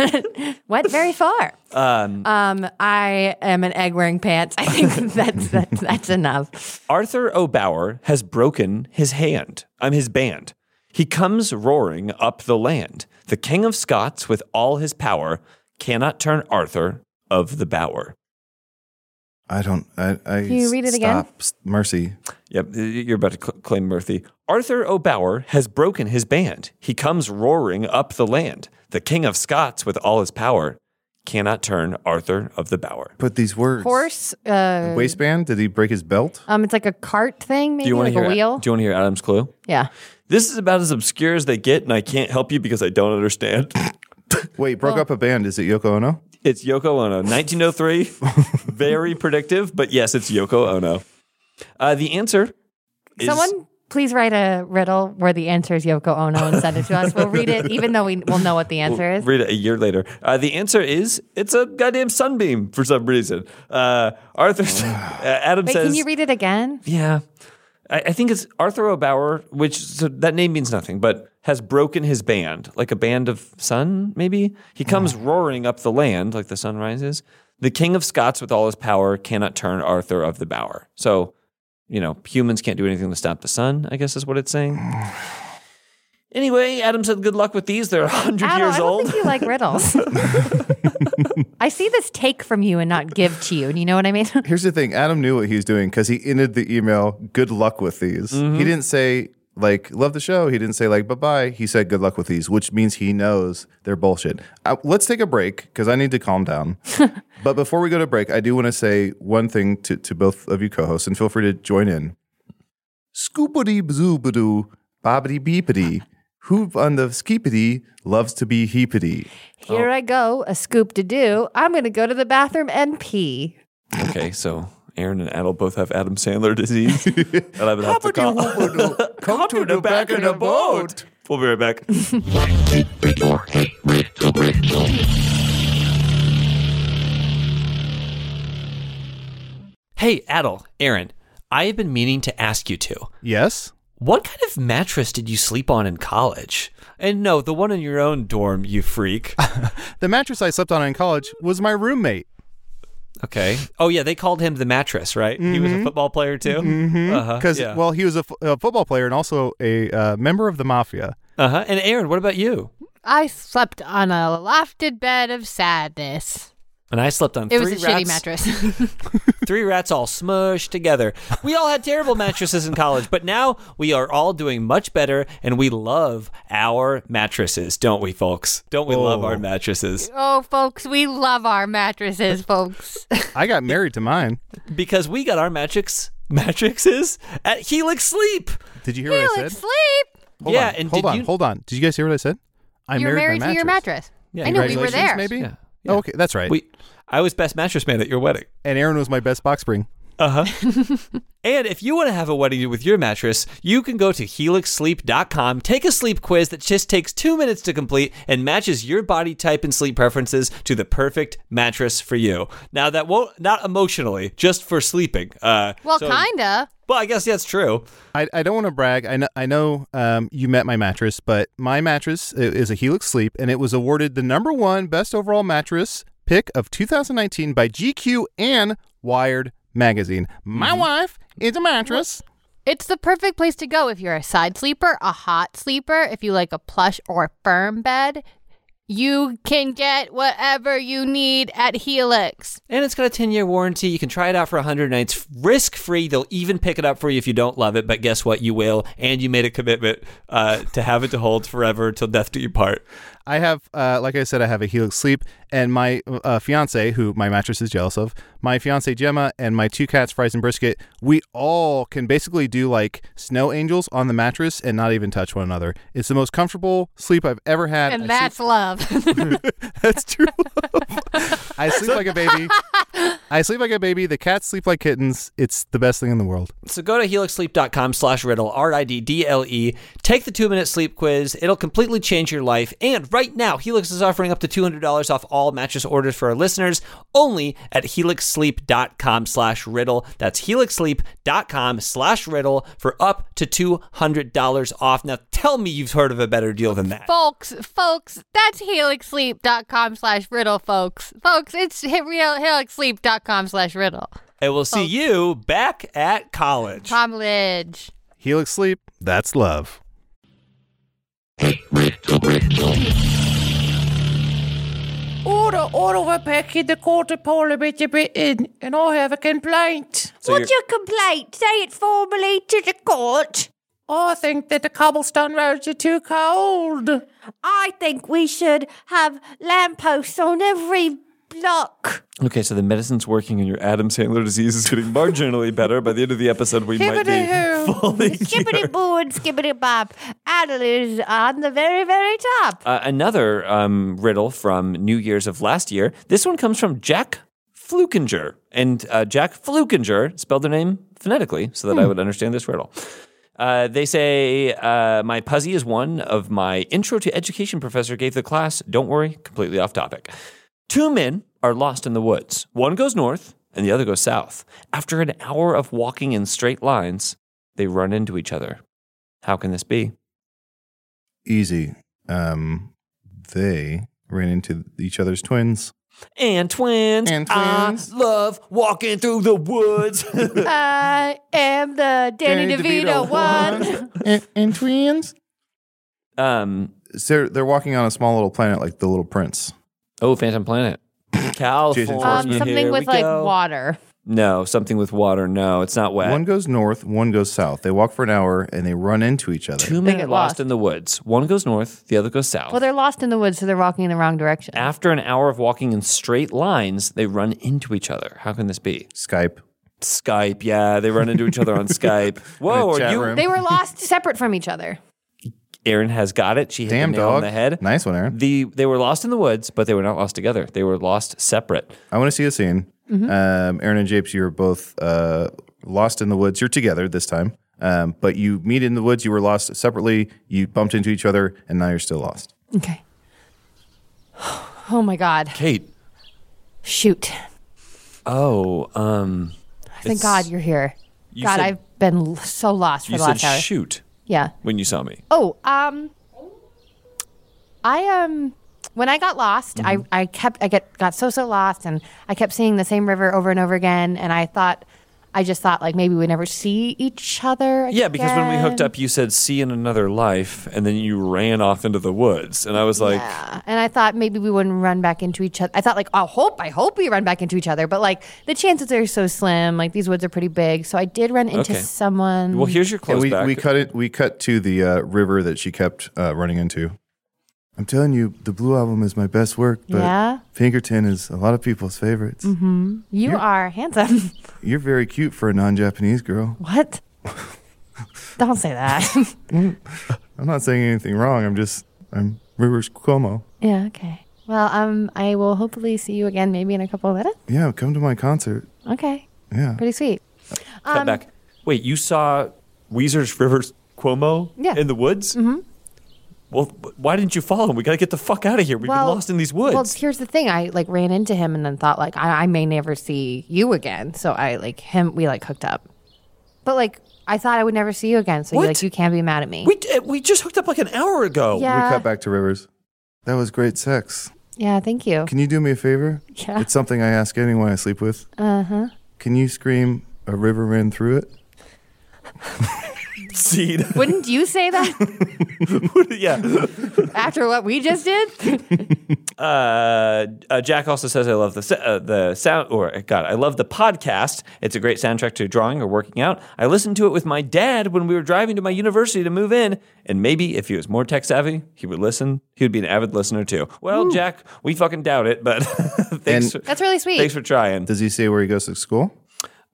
Went very far.
Um,
Um, I am an egg wearing pants. I think that's that's, that's enough.
Arthur O'Bower has broken his hand, um, his band. He comes roaring up the land. The King of Scots, with all his power, cannot turn Arthur of the Bower.
I don't. I. I
Can you read it again?
stop. S- Mercy.
Yep, y- you're about to cl- claim Murphy. Arthur O'Bower has broken his band. He comes roaring up the land. The King of Scots, with all his power, cannot turn Arthur of the Bower.
Put these words.
Horse. Uh,
Waistband? Did he break his belt?
um, it's like a cart thing, maybe
Do you want
like
to
a
hear?
wheel.
Do you want to hear Adam's clue?
yeah.
This is about as obscure as they get, and I can't help you because I don't understand.
Wait, broke up a band. Is it Yoko Ono?
It's Yoko Ono, 1903. Very predictive, but yes, it's Yoko Ono. Uh, the answer is
Someone please write a riddle where the answer is Yoko Ono and send it to us. We'll read it, even though we will know what the answer is.
Read it a year later. Uh, the answer is it's a goddamn sunbeam for some reason. Uh, Arthur uh, Adam
Wait,
says,
can you read it again?
"Yeah, I, I think it's Arthur O'Bower, which so that name means nothing, but has broken his band, like a band of sun. Maybe he comes roaring up the land like the sun rises. The King of Scots, with all his power, cannot turn Arthur of the Bower. So, you know, humans can't do anything to stop the sun. I guess is what it's saying." Anyway, Adam said good luck with these. They're 100
Adel,
years
I don't
old.
think you like riddles. I see this take from you and not give to you. Do you know what I mean?
Here's the thing Adam knew what he was doing because he ended the email, good luck with these. He didn't say, like, love the show. He didn't say, like, bye bye. He said, good luck with these, which means he knows they're bullshit. Uh, let's take a break because I need to calm down. but before we go to break, I do want to say one thing to, to both of you co hosts, and feel free to join in. scoopity bzoobadoo, bobbity beepity. Who on the skipity loves to be heepity?
Oh.
Here I go, a scoop to do. I'm going to go to the bathroom and pee.
Okay, so Aaron and Adel both have Adam Sandler disease. and I would have to call.
Come to the back of the boat.
We'll be right back.
Hey, Adel, Aaron, I have been meaning to ask you two.
Yes?
What kind of mattress did you sleep on in college? And no, the one in your own dorm, you freak.
The mattress I slept on in college was my roommate.
Okay. Oh yeah, they called him the mattress, right? He was a
Mm-hmm.
football player too. Uh-huh.
Because,
yeah.
well, he was a, f- a football player and also a uh, member of the mafia.
uh-huh. And Aaron, what about you?
I slept on a lofted bed of sadness.
And I slept on
It
three
was a
rats,
shitty mattress.
three rats all smushed together. We all had terrible mattresses in college, but now we are all doing much better, and we love our mattresses, don't we, folks? Don't we love our mattresses?
oh, folks, we love our mattresses, folks.
I got married to mine.
Because we got our matrix mattresses at Helix Sleep.
Did you hear
Felix,
what I said?
sleep.
Hold
yeah,
on,
and
hold
did
on,
you-
hold on. Did you guys hear what I said? I
You're married
my
to your mattress.
Yeah,
I know we were there.
Congratulations, Maybe.
Yeah,
Oh, okay, that's right.
We, I was best mattress man at your wedding.
and Aaron was my best box spring.
Uh huh. and if you want to have a wedding with your mattress, you can go to helixsleep.com, take a sleep quiz that just takes two minutes to complete and matches your body type and sleep preferences to the perfect mattress for you. Now, that won't, not emotionally, just for sleeping. Uh,
Well,
so-
kinda.
Well, I guess that's true.
I, I don't want to brag. I know, I know um, you met my mattress, but my mattress i- is a Helix Sleep, and it was awarded the number one best overall mattress pick of 2019 by GQ and Wired magazine. My
Mm-hmm.
wife is a mattress.
It's the perfect place to go if you're a side sleeper, a hot sleeper, if you like a plush or firm bed. You can get whatever you need at Helix.
And it's got a 10 year warranty. You can try it out for 100 nights risk free. They'll even pick it up for you if you don't love it. But guess what? You will. And you made a commitment uh, to have it to hold forever till death do you part.
I have, uh, like I said, I have a Helix Sleep, and my uh, fiance, who my mattress is jealous of, my fiance Gemma, and my two cats, Fries and Brisket, we all can basically do like snow angels on the mattress and not even touch one another. It's the most comfortable sleep I've ever had.
And
I
that's love.
That's true love. I sleep like a baby. I sleep like a baby. The cats sleep like kittens. It's the best thing in the world.
So go to helixsleep.com slash riddle, R-I-D-D-L-E. E. Take the two-minute sleep quiz. It'll completely change your life. And right now, Helix is offering up to $200 off all mattress orders for our listeners only at helixsleep.com slash riddle. That's helixsleep.com slash riddle for up to $200 off. Now tell me you've heard of a better deal than that.
folks, folks, that's helixsleep.com slash riddle, folks. Folks, it's he- real helixsleep.com slash riddle.
And we'll see you back at college.
Comlidge.
Helix sleep. That's love.
Order, order, we're back in the court of Parliament of Britain, and I have a complaint.
What's your complaint? Say it formally to the court.
I think that the cobblestone roads are too cold.
I think we should have lampposts on every block.
Okay, so the medicine's working and your Adam Sandler disease is getting marginally better. By the end of the episode, we might be fully
Skibbity boo and skibbity bob. Adel is on the very, very top.
Uh, another um, riddle from New Year's of last year. This one comes from Jack Flukinger. And uh, Jack Flukinger spelled their name phonetically so that I would understand this riddle. Uh, they say, uh, My Puzzy is one of my intro to education professor gave the class. Don't worry, completely off topic. Two men are lost in the woods. One goes north and the other goes south. After an hour of walking in straight lines, they run into each other. How can this be?
Easy. Um, they ran into each other's twins.
And twins.
And twins.
I love walking through the woods.
I am the Danny, DeVito, one.
and, and
Oh,
twins.
Um,
So they're walking on a small little planet like the Little Prince.
Oh, Phantom Planet. California.
Um,
here
Something
we
with like
go.
water.
No, something with water. No, it's not wet.
One goes north, one goes south. They walk for an hour and they run into each other.
Two men
They
are
get
lost
lost.
in the woods. One goes north, the other goes south.
Well, they're lost in the woods, so they're walking in the wrong direction.
After an hour of walking in straight lines, they run into each other. How can this be?
Skype.
Skype. Yeah, they run into each other on Skype. Whoa, are
chat
you?
room.
They were lost separate from each other.
Erin has got it. She hit
Damn
the nail
dog.
on the head.
Nice one, Aaron.
The they were lost in the woods, but they were not lost together. They were lost separate.
I want to see a scene.
Mm-hmm.
Um, Aaron and Japes, you're both uh, lost in the woods. You're together this time, um, but you meet in the woods. You were lost separately. You bumped into each other, and now you're still lost.
Okay. Oh my God.
Kate.
Shoot.
Oh, um,
Thank God you're here.
you
God,
said-
I've been l- so lost for
you
the
said
last hour.
shoot
yeah.
when you saw me.
Oh, um, I um, when I got lost,
Mm-hmm.
I, I kept I get got so so lost, and I kept seeing the same river over and over again, and I thought, I just thought like maybe we never see each other.
Yeah, because when we hooked
again.
up, you said see in another life, and then you ran off into the woods, and I was like,
Yeah. Uh, And I thought maybe we wouldn't run back into each other. I thought like I hope I hope we run back into each other, but like the chances are so slim. Like these woods are pretty big, so I did run into
Okay.
someone.
well, here's your
And
close
we,
back.
we cut it. We cut to the uh, river that she kept uh, running into. I'm telling you, the Blue Album is my best work, but
Yeah?
Pinkerton is a lot of people's favorites.
Mm-hmm. you are handsome.
You're very cute for a non-Japanese girl.
what? Don't say that.
I'm not saying anything wrong. I'm just I'm Rivers Cuomo.
yeah. Okay. Well, um, I will hopefully see you again, maybe in a couple of minutes.
Yeah, come to my concert.
Okay.
Yeah.
Pretty sweet.
cut
um,
back. Wait, you saw Weezer's Rivers Cuomo
Yeah.
in the woods? Mm-hmm. Well, wh- why didn't you follow him? We got to get the fuck out of here. We've been lost in these woods.
Well, here's the thing. I like ran into him and then thought like I, I may never see you again. So I like him. We like hooked up, but like I thought I would never see you again. So you
What?
like you can't be mad at me.
we uh, we just hooked up like an hour ago.
yeah,
Oh, We cut back to Rivers. That was great sex.
yeah. Thank you.
Can you do me a favor?
Yeah.
It's something I ask anyone I sleep with.
Uh huh.
Can you scream a river ran through it?
Seed.
Wouldn't you say that
yeah.
after what we just did?
Uh, uh, Jack also says, "I love the s- uh, the sound." Or uh, God, I love the podcast. It's a great soundtrack to drawing or working out. I listened to it with my dad when we were driving to my university to move in, and maybe if he was more tech savvy, he would listen. He would be an avid listener too. Well, Jack, we fucking doubt it, but thanks. for-
That's really sweet.
Thanks for trying.
Does he say where he goes to school?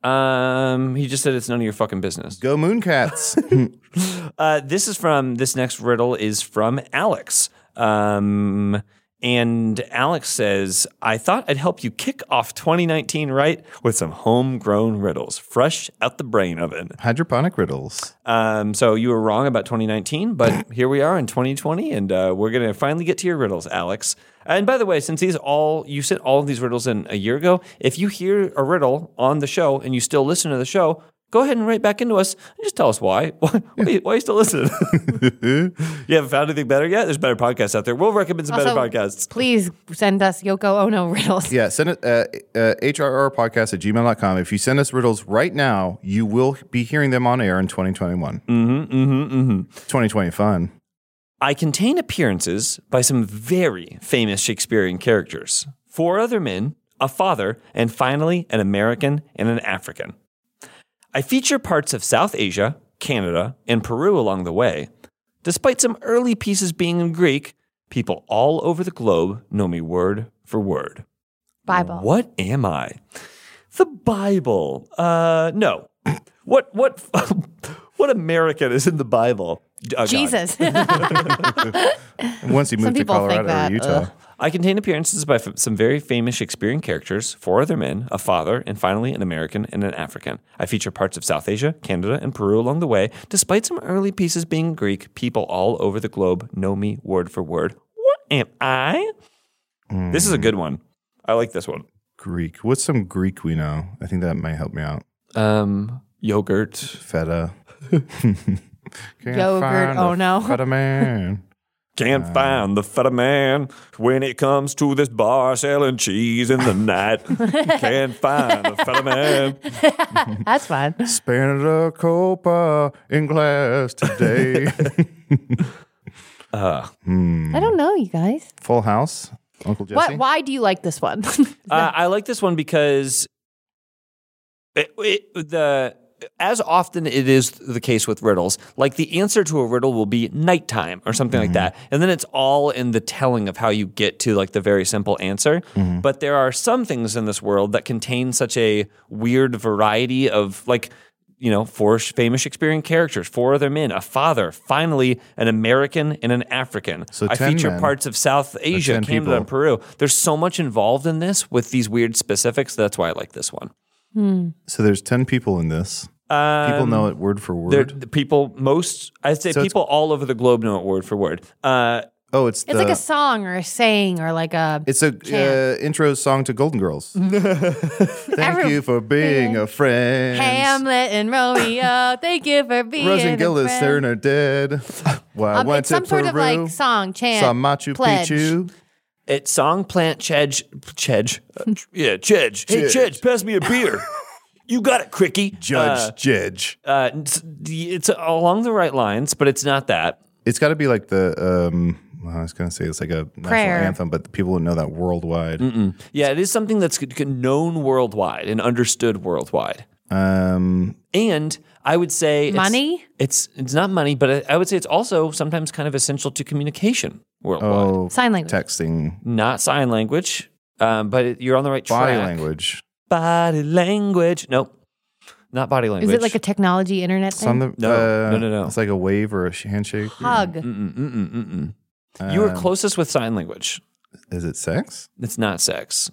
Um, he just said it's none of your fucking business.
Go Mooncats.
Uh, this is from this next riddle is from Alex. Um, and Alex says, "I thought I'd help you kick off 2019 right with some homegrown riddles, fresh out the brain oven."
Hydroponic riddles.
Um, so you were wrong about 2019, but here we are in 2020, and uh, we're gonna finally get to your riddles, Alex. And by the way, since these all you sent all of these riddles in a year ago, if you hear a riddle on the show and you still listen to the show, go ahead and write back into us and just tell us why. Why, why, you- why you still listening? you haven't found anything better yet? There's better podcasts out there. We'll recommend some
Also,
better podcasts.
Please send us Yoko Ono riddles.
Yeah, send it uh, uh, hrrpodcast at gmail.com. If you send us riddles right now, you will be hearing them on air in 2021. Mm-hmm, mm-hmm, mm-hmm. 2020 fun.
I contain appearances by some very famous Shakespearean characters four other men, a father, and finally an American and an African. I feature parts of South Asia, Canada, and Peru along the way. Despite some early pieces being in Greek, people all over the globe know me word for word.
Bible.
What am I? The Bible. Uh, no. What what what American is in the Bible? Uh, God.
Jesus.
And once you
Some
move to
people think
Colorado
that,
or Utah,
ugh.
I contain appearances by f- some very famous Shakespearean characters, four other men, a father, and finally an American and an African. I feature parts of South Asia, Canada, and Peru along the way. Despite some early pieces being Greek, people all over the globe know me word for word. What am I? This is a good one. I like this one.
Greek. What's some Greek we know? I think that might help me out.
Um, yogurt.
Feta. Can't
Yogurt,
find a
oh no.
Feta man.
Can't find the feta man when it comes to this bar selling cheese in the night. Can't find the feta man.
That's fun.
Spanish copa in class today. Hmm.
I don't know, you guys.
Full House. Uncle Jesse.
What? Why do you like this one?
Uh, I like this one because it, it, the as often it is the case with riddles, like the answer to a riddle will be nighttime or something
Mm-hmm.
like that. And then it's all in the telling of how you get to like the very simple answer.
Mm-hmm.
But there are some things in this world that contain such a weird variety of like you know, four sh- famous Shakespearean characters, four other men, a father, finally an American and an African.
So
I
10
feature
men.
parts of South Asia,
10
Canada, and
people.
Peru. There's so much involved in this with these weird specifics. That's why I like this one.
So there's 10 people in this. people know it word for
Um, There,
word.
the people most I'd say
So it's-
people all over the globe know it word for word. Uh,
Oh, it's the
It's like a song or a saying or like a.
It's a uh,
Chant.
intro song to Golden Girls. Thank
Every-
you for being a friend.
Hamlet and Romeo, thank you for being.
Rosengillis,
a friend.
Serena dead. Why
Um,
went
it's some
to
sort
Peru?
of like song chant.
Saw Machu
pledge.
Picchu.
it's song plant chedge chedge Uh, tr- yeah chedge hey
Chedge.
chedge pass me a beer. you got it, Cricky.
Judge, judge.
Uh, uh, it's, it's along the right lines, but it's not that.
It's got to be like the. Um, I was gonna say it's like a
Prayer.
national anthem, but people would know that worldwide.
Yeah, it is something that's c- c- known worldwide and understood worldwide.
Um,
And I would say it's-
Money?
It's it's, not money, but I I would say it's also sometimes kind of essential to communication worldwide.
oh,
Sign language.
texting,
Not sign language, um, but it, you're on the right track.
body language.
Body language. Nope, not body language.
Is it like a technology internet
It's on
thing?
the
No,
uh,
no, no, no.
It's like a wave or a sh- handshake. or-
Hug.
Mm-mm, mm-mm, mm-mm. you were
Um,
closest with sign language.
Is it sex?
It's not sex.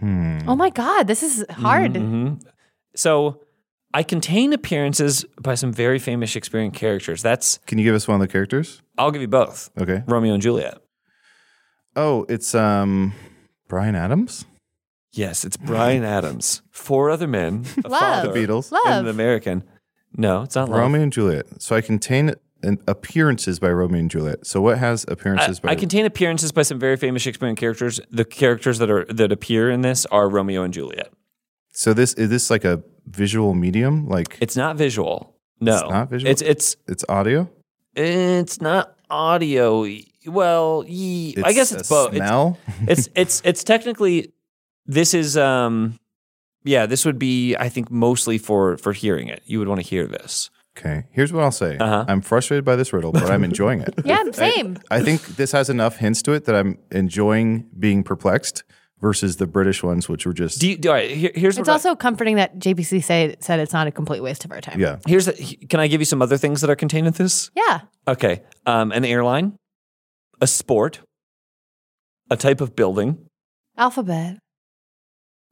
Hmm.
Oh my God, this is hard.
Mhm. So I contain appearances by some very famous Shakespearean characters. That's
Can you give us one of the characters?
I'll give you both.
Okay.
Romeo and Juliet.
Oh, it's um Brian Adams,
Yes, it's Brian Adams. Four other men. A
Love.
Father,
the Beatles,
Love.
And an American. No, it's not love.
Romeo and Juliet. So I contain an appearances by Romeo and Juliet. So what has
I,
appearances by?
I contain appearances by some very famous Shakespearean characters. The characters that are that appear in this are Romeo and Juliet.
so this is this like a visual medium? Like it's,
It's not visual. No,
It's not visual?
It's it's
audio.
it's not audio. Well, ye, I guess it's
a
both. It's-
Smell.
it's it's it's technically this is um yeah this would be I think mostly for for hearing it. You would want to hear this.
okay. Here's what I'll say.
Uh-huh.
I'm frustrated by this riddle, but I'm enjoying it.
Yeah, same.
I think this has enough hints to it that I'm enjoying being perplexed versus the British ones, which were just
Do you, all right, here, here's
it's
what I-
also comforting that JPC say, said it's not a complete waste of our time.
yeah.
Here's the, can I give you some other things that are contained in this?
Yeah.
Okay. Um, an airline, a sport, a type of building,
Alphabet.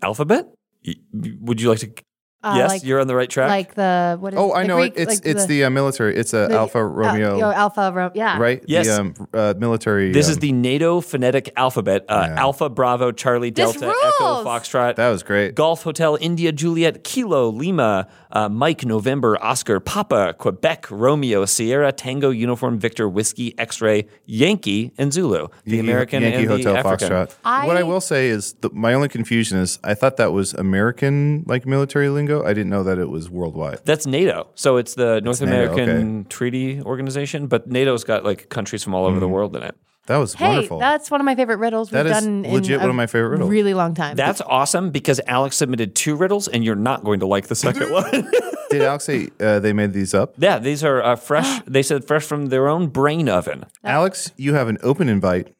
alphabet. Y- Would you like to?
Uh,
yes,
like,
you're on the right track.
Like the, what is
Oh, I
the
know
Greek,
it. It's
like
it's the, uh, military. It's a
the- uh,
Alpha Romeo,
Al- Alpha Romeo. Yeah.
right?
Yes.
The um, uh, military.
this is
um,
the NATO phonetic alphabet: uh,
Yeah.
Alpha, Bravo, Charlie,
This
Delta, Echo,
rules!
Foxtrot,
That was great.
Golf Hotel, India, Juliet, Kilo, Lima, uh, Mike, November, Oscar, Papa, Quebec, Romeo, Sierra, Tango, Uniform, Victor, Whiskey, X Ray, Yankee, and Zulu. The
Yankee-
American
Yankee
and the
Hotel
African.
Foxtrot. what
I-
I will say is the, my only confusion is I thought that was American like military lingo. I didn't know that it was worldwide.
That's NATO. So it's the North
NATO,
American Treaty Organization, but NATO's got like countries from all over the
Mm-hmm.
world in it.
That was
Hey,
wonderful.
that's one of my favorite riddles
That
we've
is
done in
legit
a
one of my favorite riddles.
really long time.
That's awesome because Alex submitted two riddles and you're not going to like the second one.
Did Alex say uh, they made these up?
yeah, these are uh, fresh. They said fresh from their own brain oven
Alex, you have an open invite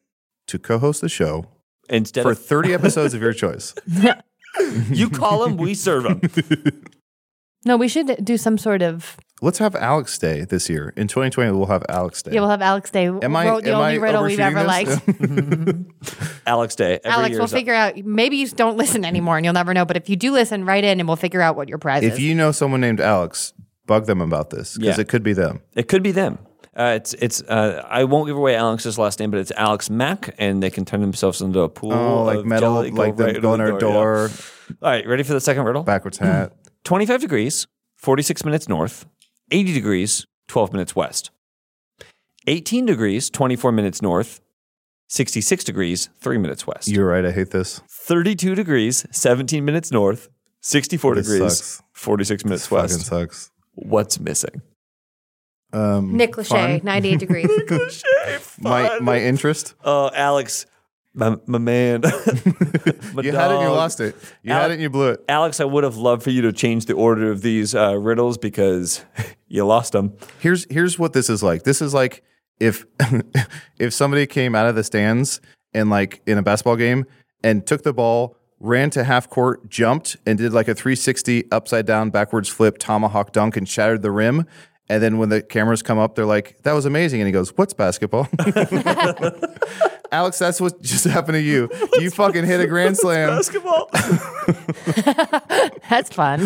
to co-host the show
instead
for
of
30 episodes of your choice.
you call them, we serve them.
no, we should do some sort of,
Let's have Alex Day this year. In 2020, we'll have Alex Day.
yeah, we'll have Alex Day
am I,
wrote the
am
only
I
riddle we've ever
overshooting
liked.
this?
Alex Day. Every
Alex,
year
we'll
is up.
figure out. Maybe you don't listen anymore, and you'll never know. But if you do listen, write in, and we'll figure out what your prize
if
is.
you know someone named Alex, bug them about this because
Yeah.
it could be them.
It could be them. Uh, it's it's. Uh, I won't give away Alex's last name, but it's Alex Mack, and they can turn themselves into a pool.
Oh, like
of
metal,
jelly, go
like the
right to
go in our
yeah.
door,
All right, ready for the second riddle?
backwards hat.
25 degrees, 46 minutes north, 80 degrees, 12 minutes west. 18 degrees, 24 minutes north, 66 degrees, 3 minutes west.
You're right. I hate this.
32 degrees, 17 minutes north, 64
This
degrees,
sucks.
46
This
minutes
fucking
west.
sucks.
What's missing?
Um,
Nick Lachey,
fun.
98 degrees.
My my interest.
Oh, Uh, Alex, my, my man. My
You had it and you
dog.
lost it. You
Alec-
had it and you blew it.
Alex, I would have loved for you to change the order of these uh, riddles because you lost them.
here's here's what this is like. This is like if if somebody came out of the stands and like in a basketball game and took the ball, ran to half court, jumped and did like a 360 upside down backwards flip tomahawk dunk and shattered the rim. And then when the cameras come up, they're like, "That was amazing," and he goes, "What's basketball?" Alex, that's what just happened to you. you fucking hit a grand slam.
Basketball.
That's fun.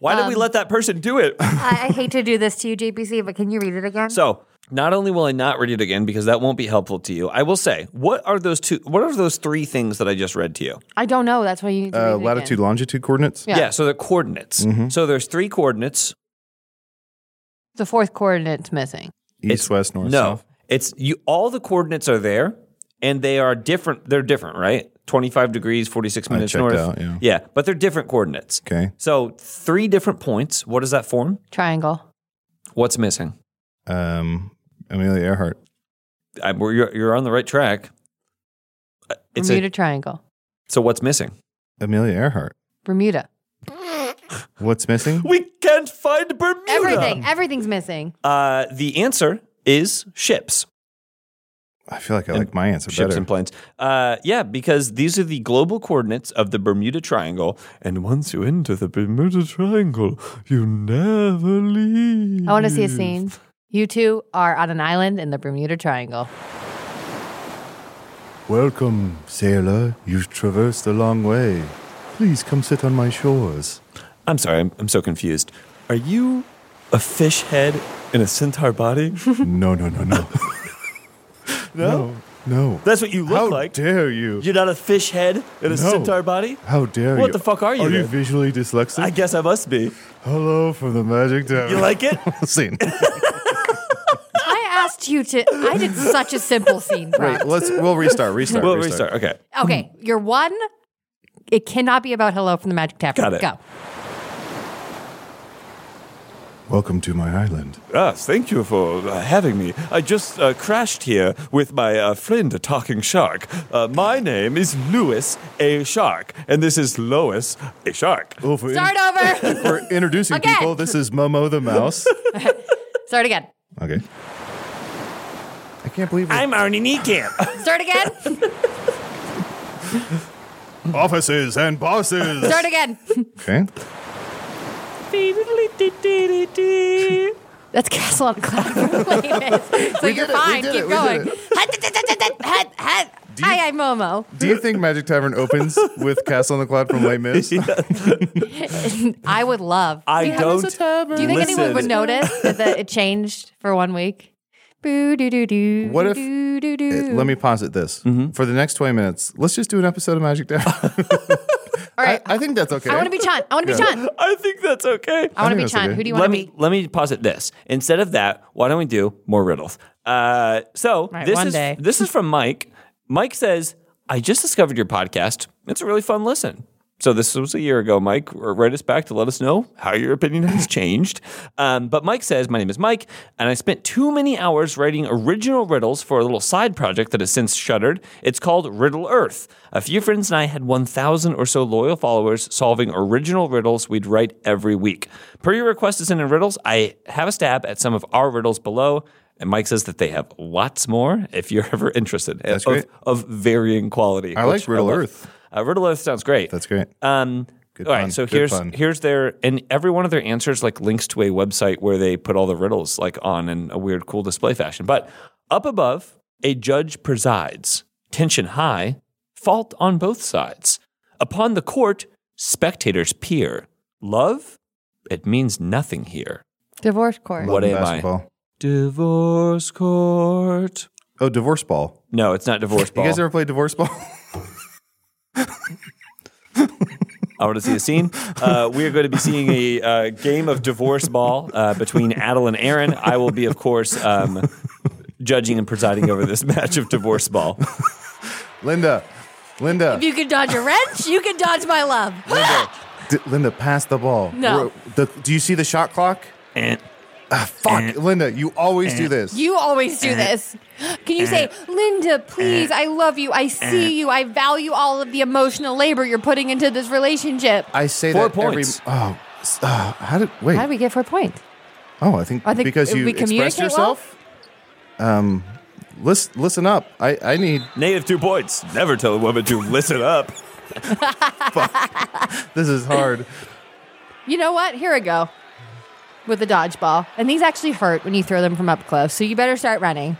Why did we
Um,
let that person do it?
I, I hate to do this to you, JPC, but can you read it again?
So not only will I not read it again because that won't be helpful to you, I will say, what are those two? What are those three things that I just read to you?
I don't know. That's why you need to read
Uh,
it
latitude, longitude coordinates.
Yeah.
Yeah.
so the coordinates. So there's three coordinates.
Again. The fourth coordinate's missing.
East,
It's-
west, north,
no,
south.
it's you. All the coordinates are there, and they are different. They're different, right? Twenty-five degrees, forty-six
I
minutes
checked
north.
out, yeah.
but they're different coordinates.
Okay.
So three different points. What does that form?
Triangle.
What's missing?
Um, Amelia Earhart.
I, we're- you're, you're on the right track. Uh, It's
Bermuda
a,
Triangle.
so what's missing?
Amelia Earhart.
Bermuda.
What's missing?
We can't find Bermuda.
Everything. Everything's missing.
Uh, the answer is ships.
I feel like I
And
like my answer
Ships
better.
and planes. Uh, yeah, because these are the global coordinates of the Bermuda Triangle. And once you enter the Bermuda Triangle, you never leave.
I want to see a scene. You two are on an island in the Bermuda Triangle.
Welcome, sailor. You've traversed a long way. Please come sit on my shores.
I'm sorry, I'm, I'm so confused. Are you a fish head in a centaur body?
no, no, no, no. no, no.
That's what you look
How
like.
dare you?
You're not a fish head in a centaur body?
How dare you?
What the fuck are you
Are you
then?
visually dyslexic?
I guess I must be.
Hello from the magic tower.
You like it?
scene?
I asked you to. I did such a simple scene.
Wait,
Prompt.
let's. We'll restart. Restart.
Well, restart. Okay.
Okay, you're one. It cannot be about hello from the Magic Tavern.
Got it.
Go.
Welcome to my island.
Yes, Ah, thank you for uh, having me. I just uh, crashed here with my uh, friend, a talking shark. Uh, my name is Lewis, a shark, and this is Lois, a shark.
Well, for,
Start over.
for introducing
Again.
people, this is Momo the mouse.
Start again.
okay. I can't believe we're
Arnie Niekamp.
Start again.
offices and bosses.
Start again.
Okay.
That's Castle on a Cloud from Playlist. So
We
you're
did it, we
fine.
did
Keep
it, we
going.
did
Hi, I'm Momo.
Do you think Magic Tavern opens with Castle on the Cloud from Les Mis?
I would love.
I don't.
Do you think anyone would
Listen.
notice that the, it changed for one week? Boo doo doo doo.
What if- Eh,
doo, doo, doo.
Let me posit this.
Mm-hmm.
For the next 20 minutes, let's just do an episode of Magic Tavern.
All right.
I think that's okay.
I want to be Chan. I want to be Chan.
I think that's okay.
I want to
think
be
that's
Chan.
okay.
Who do you want
Let
to
me
be?
let me posit this. Instead of that, why don't we do more riddles? Uh, so
Right,
this
one
is
day.
this is from Mike. Mike says, "I just discovered your podcast. It's a really fun listen." So this was a year ago, Mike. R- Write us back to let us know how your opinion has changed. Um, but Mike says, "My name is Mike, and I spent too many hours writing original riddles for a little side project that has since shuttered. It's called Riddle Earth. A few friends and I had 1,000 or so loyal followers solving original riddles we'd write every week. Per your request to send in riddles, I have a stab at some of our riddles below." And Mike says that they have lots more if you're ever interested
That's
of,
great.
of varying quality.
I like
which
Riddle
love.
Earth.
Uh, Riddle Earth sounds great.
That's great.
Uh,
Um,
Good
all right,
pun,
so
good
here's
pun.
here's their and every one of their answers like links to a website where they put all the riddles like on in a weird cool display fashion. But up above, a judge presides, tension high, fault on both sides. Upon the court, spectators peer. Love, it means nothing here.
Divorce court.
What
Love and
am I?
basketball.
Divorce court.
Oh, divorce ball.
No, it's not divorce ball.
You guys ever played divorce ball?
I want to see a scene. Uh, we are going to be seeing a uh, game of divorce ball uh, between Adel and Aaron. I will be, of course, um, judging and presiding over this match of divorce ball.
Linda, Linda,
If you can dodge a wrench, you can dodge my love.
D- Linda, pass the ball.
No.
We're- the- do you see the shot clock? Ah,
And
Fuck, Linda, you always do this.
You always
Eh.
do this. Can you say, Linda, please, I love you. I see you. I value all of the emotional labor you're putting into this relationship.
I say
Four
that
points.
every. Oh, s- uh, how did wait?
How do we get four points?
oh, I think,
I think
because you
we
expressed
communicate
yourself. Um, listen, listen up. I I need
Native two points. Never tell a woman to listen up.
this is hard.
You know what? Here we go with the dodgeball. And these actually hurt when you throw them from up close. So you better start running.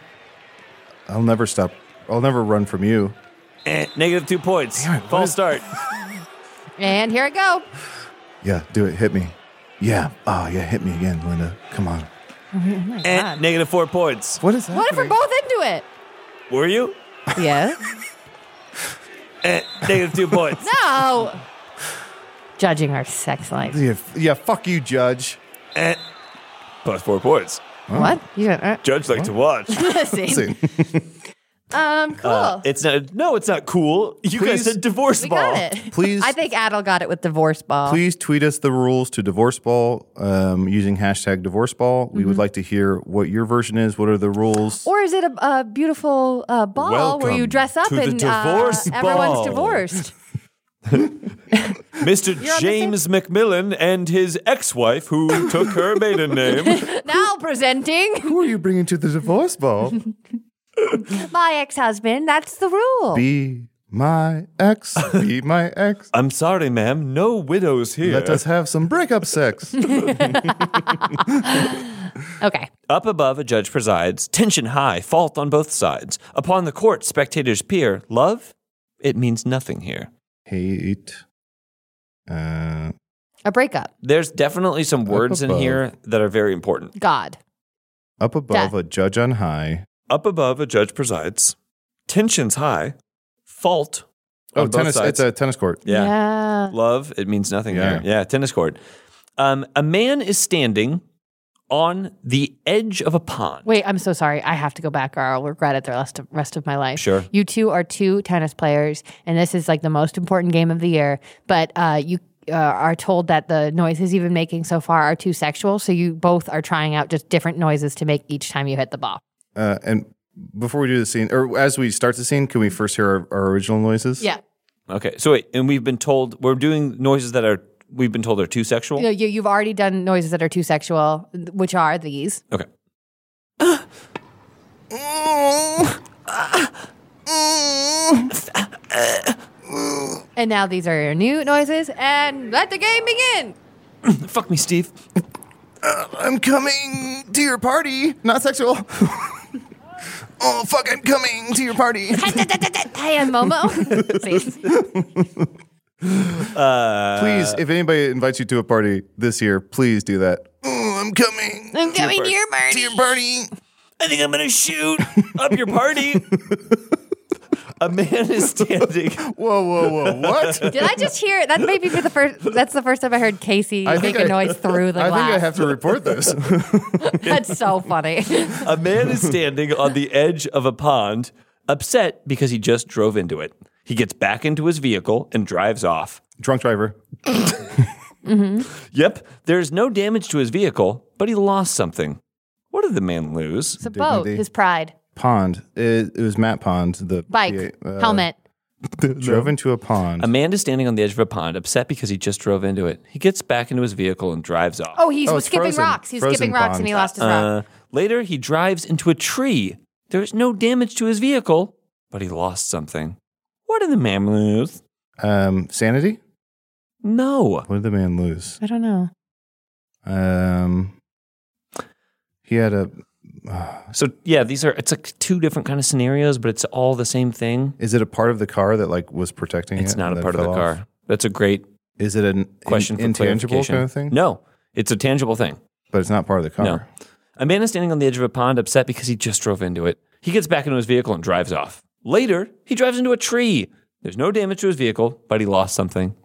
I'll never stop. I'll never run from you.
Eh, Negative two points.
Damn it, what
False
is-
start.
And here I go.
Yeah, do it. Hit me. Yeah. Oh, yeah. Hit me again, Linda. Come on.
Eh, negative four points.
What is that?
What if we're both into it?
Were you?
Yeah.
Eh, negative two points.
No. Judging our sex life.
Yeah, f- yeah, fuck you, Judge.
Eh, plus four points.
What? You don't, uh,
Judge like to watch.
listen.
See,
Um, cool.
Uh, it's not. No, it's not cool. You guys
Please-
said divorce
we
ball.
got it.
Please-
I think Adel got it with divorce ball.
Please tweet us the rules to Divorce Ball um, using hashtag Divorce Ball. We would like to hear what your version is. What are the rules?
Mm-hmm. Or is it a, a beautiful uh, ball where you
Welcome
dress up
to the
and
divorce
uh, everyone's
ball.
divorced?
Mr. James McMillan and his ex-wife, who took her maiden name.
now presenting
Who are you bringing to the Divorce Ball?
my ex-husband. That's the rule.
be my ex. Be my ex.
I'm sorry, ma'am. No widows here.
Let us have some breakup sex.
okay.
Up above, a judge presides. Tension high, fault on both sides. Upon the court, spectators peer. Love, it means nothing here.
Hate. Uh,
A breakup.
There's definitely some
Up
words in
above.
here that are very important.
God.
up above,
Death.
a judge on high.
Up above, a judge presides. Tensions high, fault.
Oh,
on both
tennis. It's
sides.
a tennis court.
yeah.
yeah.
Love, it means nothing
Yeah.
here. Yeah, tennis court. Um, a man is standing on the edge of a pond.
Wait, I'm so sorry. I have to go back or I'll regret it the rest of, rest of my life.
Sure.
You two are two tennis players, and this is like the most important game of the year. But uh, you uh, are told that the noises you've been making so far are too sexual. So you both are trying out just different noises to make each time you hit the ball.
Uh, and before we do the scene, or as we start the scene, can we first hear our, our original noises?
Okay, so wait, and we've been told we're doing noises that are we've been told are too sexual.
You know, you, you've already done noises that are too sexual, which are these.
Okay.
And now these are your new noises. And let the game begin.
Fuck me, Steve.
I'm coming to your party. Not sexual. oh fuck! I'm coming to your party.
Hey, and Momo. See?
please, if anybody invites you to a party this year, please do that. Oh, I'm coming.
Mm, I'm coming to your party.
to your party.
I think I'm gonna shoot up your party. a man is standing.
Whoa, whoa, whoa! What?
Did I just hear that? May be for the first. That's the first time I heard Casey
I
make
think
a
I-
noise through the
I
glass.
think I have to report this.
That's so funny.
A man is standing on the edge of a pond, upset because he just drove into it. He gets back into his vehicle and drives off.
Drunk driver.
Yep, there's no damage to his vehicle, but he lost something. What did the man lose?
It's a boat.
Dignity.
His pride,
Pond. It, it was Matt Pond. The
bike,
PA, uh,
helmet.
Drove into a pond.
A man is standing on the edge of a pond, upset because he just drove into it. He gets back into his vehicle and drives off.
Oh, he's
Oh, it's
skipping
frozen.
rocks. He's
Frozen
skipping rocks,
pond.
and he lost his rock.
Uh, later, he drives into a tree. There's no damage to his vehicle, but he lost something. What did the man lose?
um, sanity.
No.
What did the man lose?
I don't know.
Um, he had a.
So yeah, these are it's like two different kind of scenarios, but it's all the same thing.
Is it a part of the car that like was protecting it?
It's
and
not a
then
part of the
fell off?
car. That's a great
Is it an
question
in-
for
intangible
clarification.
kind of thing?
No, it's a tangible thing.
but it's not part of the car.
No. A man is standing on the edge of a pond, upset because he just drove into it. He gets back into his vehicle and drives off. Later, he drives into a tree. There's no damage to his vehicle, but he lost something.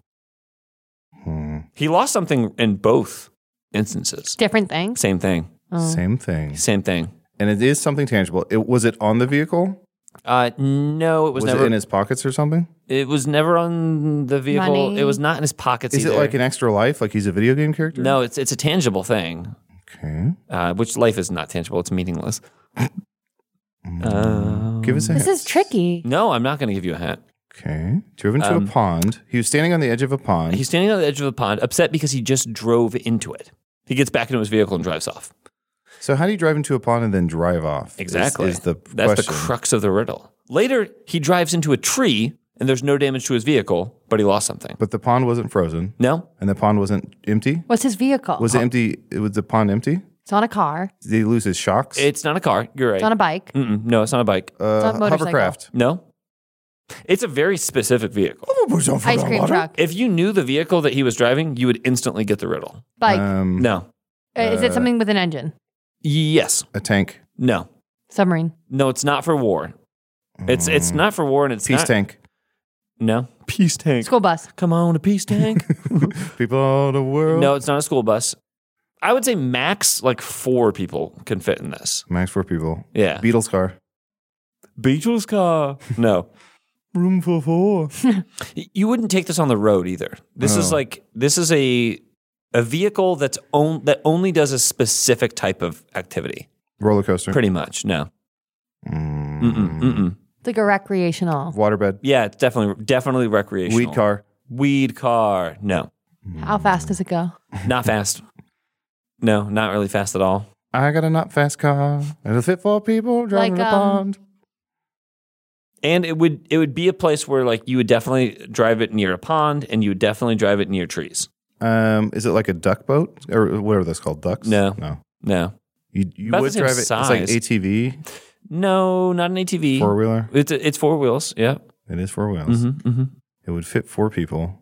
Hmm.
He lost something in both instances.
Different things.
Same thing.
Oh.
Same thing.
Same thing.
And it is something tangible. It was it on the vehicle?
Uh, no, it was,
Was,
never.
it in his pockets or something?
it was never on the vehicle.
Money.
It was not in his pockets
Is
either.
it like an extra life? Like he's a video game character?
no, it's it's a tangible thing.
Okay.
uh, which life is not tangible. It's meaningless.
Hmm.
Uh,
Give us a
This
hint.
is tricky.
No, I'm not going to give you a hint.
Okay. Drove into a pond. He was standing on the edge of a pond.
Um, He's standing on the edge of a pond, upset because he just drove into it. He gets back into his vehicle and drives off.
so how do you drive into a pond and then drive off? is-
Exactly.
Is, the
That's
question.
the crux of the riddle. Later, he drives into a tree and there's no damage to his vehicle, but he lost something.
But the pond wasn't frozen,
No?
and the pond wasn't empty.
What's his vehicle?
Was it empty? Was the pond empty?
it's on a car.
Did he lose his shocks?
It's not a car. You're right.
It's on a bike.
Mm-mm, no, it's not a bike.
uh,
on a motorcycle.
hovercraft.
No. It's a very specific vehicle.
Ice cream truck.
If you knew the vehicle that he was driving, you would instantly get the riddle.
Bike.
Um,
No.
Uh, is it something with an engine?
Yes.
A tank.
No.
Submarine.
No, it's not for war. It's it's not for war and it's
Peace
not,
tank.
No. Peace tank.
School bus.
Come on, a peace tank.
People all the world.
no, it's not a school bus. I would say max like four people can fit in this.
Max for people.
Yeah.
Beatles car.
Beatles car. No.
Room for four.
Y- You wouldn't take this on the road either. This is
Oh.
like this is a a vehicle that's on, that only does a specific type of activity.
Roller coaster.
Pretty much. No.
Mm.
Mm-mm, mm-mm.
It's like a recreational.
Waterbed.
Yeah, it's definitely definitely recreational.
Weed car.
Weed car. No.
How fast does it go?
Not fast. No, not really fast at all.
I got a not fast car. It'll fit four people driving
Like,
a
um,
pond.
And it would it would be a place where like you would definitely drive it near a pond and you would definitely drive it near trees.
Um, is it like a duck boat or whatever that's called? Ducks?
No.
no.
No.
You, you
About the
would
same
drive it.
size. E
It's like ATV,
No, not an ATV.
four wheeler.
It's it's four wheels. Yeah.
It is four wheels.
hmm hmm
It would fit four people.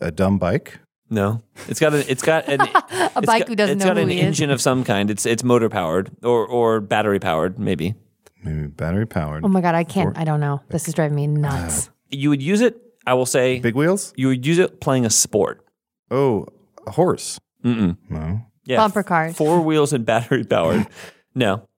A dumb bike.
No, it's got an it's got an
A
it's
bike
got-
who doesn't
it's
know
got
who
an
he is.
engine of some kind. It's it's motor powered or or battery powered maybe.
Maybe battery powered.
Oh my God, I can't. I don't know. This is driving me
Uh,
nuts.
You would use it. I will say
Big wheels?
you would use it playing a sport.
Oh, a horse.
Mm-mm.
No.
Yeah,
Bumper cars.
four wheels and battery powered. no,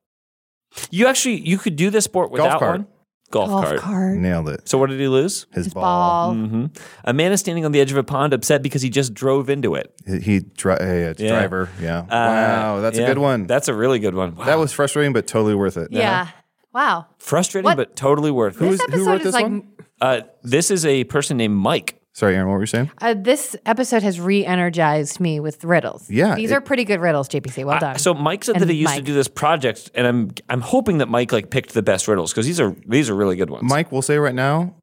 you actually you could do this sport without
cart.
one golf,
Golf
cart.
cart.
Nailed it.
So what did he lose?
His,
His
ball.
ball.
hmm A man is standing on the edge of a pond, upset because he just drove into it.
He, he dri- hey, it's
Yeah.
driver. Yeah.
Uh,
wow, that's
yeah,
a good one.
That's Uh-huh. a really good one. Wow.
that was frustrating, but totally worth it.
Yeah. Wow.
frustrating,
What?
but totally worth it.
Who, is,
This
who wrote
episode
this
is like-
one?
Uh, this is a person named Mike.
Sorry, Aaron. What were you saying?
Uh, this episode has re-energized me with riddles.
Yeah,
These
it-
are pretty good riddles, JPC. Well done.
I- so Mike said that
And
he used to
Mike.
do this project, and I'm I'm hoping that Mike like picked the best riddles because these are these are really good ones.
Mike, we'll say right now,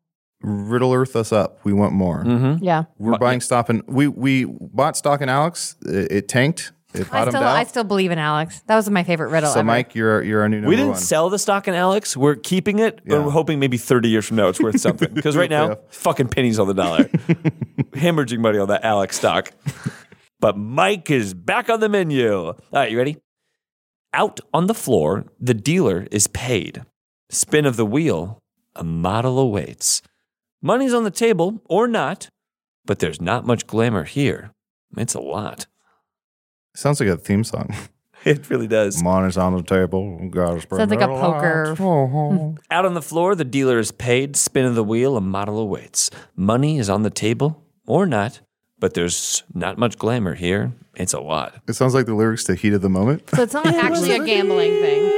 riddle earth us up. We want more.
Mm-hmm.
yeah.
We're buying stop and we we bought stock in Alex. It, it tanked. It
I
bottomed
still,
out.
I still believe in Alex. That was my favorite riddle
so
ever.
Mike, you're you're our new number
we didn't
one.
sell the stock in Alex. We're keeping it, and we're hoping maybe 30 years from now it's worth something. Because right now,
Yeah.
fucking pennies on the dollar, hemorrhaging money on that Alex stock. But Mike is back on the menu. All right, you ready? Out on the floor, the dealer is paid. Spin of the wheel, a model awaits. Money's on the table or not, but there's not much glamour here. It's a lot.
Sounds like a theme song.
It really does.
Monitors on the table. Gotta spread
Sounds like a
it
poker-
out. Oh,
Out on the floor, the dealer is paid, spin of the wheel, a model awaits. Money is on the table, or not, but there's not much glamour here. It's a lot.
It sounds like the lyrics to "Heat of the Moment."
so it's not actually a gambling thing.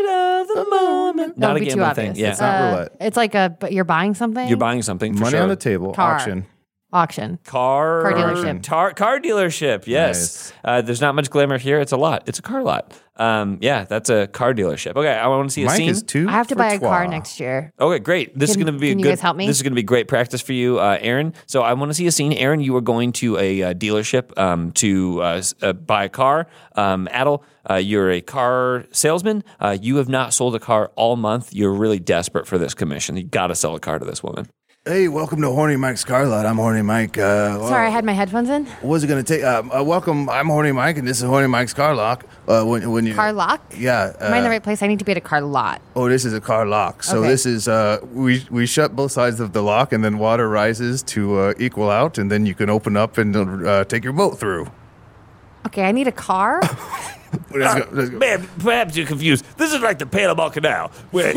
That
not
would
a
be too
gambling thing.
obvious.
Yeah.
It's,
not
uh,
roulette.
It's like a, but you're buying something.
You're buying something for
Money
sure.
on the table.
Car.
Auction.
auction.
Car,
Car dealership.
Tar- car dealership. Yes. Uh, there's not much glamour here. It's a lot. It's a car lot. Um, yeah, that's a car dealership. Okay, I want to see a
Mike
scene.
is two.
I have to
for
buy a car
trois.
next year.
Okay, great. This is
Can-
going to be a
can
good.
you guys help me?
This is going to be great practice for you, uh, Aaron. So I want to see a scene. Aaron, you are going to a uh, dealership um, to uh, s- uh, buy a car. Um, Adel, uh, you're a car salesman. Uh, you have not sold a car all month. You're really desperate for this commission. You got to sell a car to this woman.
Hey, welcome to Horny Mike's Car Lot. I'm Horny Mike. Uh,
Sorry, I had my headphones in.
What's it gonna take? Uh, uh, welcome, I'm Horny Mike, and this is Horny Mike's car lock. Uh, when when you
Car lock?
yeah.
Am I in the
uh,
right place? I need to be at a car lot.
Oh, this is a car lock. So
Okay.
this is uh, we we shut both sides of the lock, and then water rises to uh, equal out, and then you can open up and uh, take your boat through.
Okay, I need a car.
Ma'am, perhaps you're confused. This is like the Panama Canal, where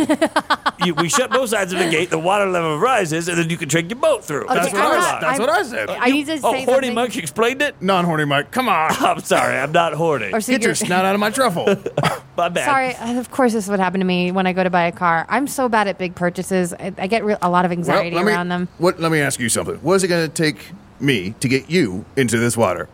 you, we shut both sides of the gate, the water level rises, and then you can take your boat through.
Okay,
That's what
I'm
I
not-
like.
I'm-
said.
I need to
Oh,
say
horny
something.
Mike explained it?
Non horny Mike, come on.
I'm sorry, I'm not horny.
Or so you're-
out of my truffle.
My bad.
Sorry, uh, of course this would happen to me when I go to buy a car. I'm so bad at big purchases. I, I get re- a lot of anxiety
let me,
around them.
What, let me ask you something. What is it going to take me to get you into this water?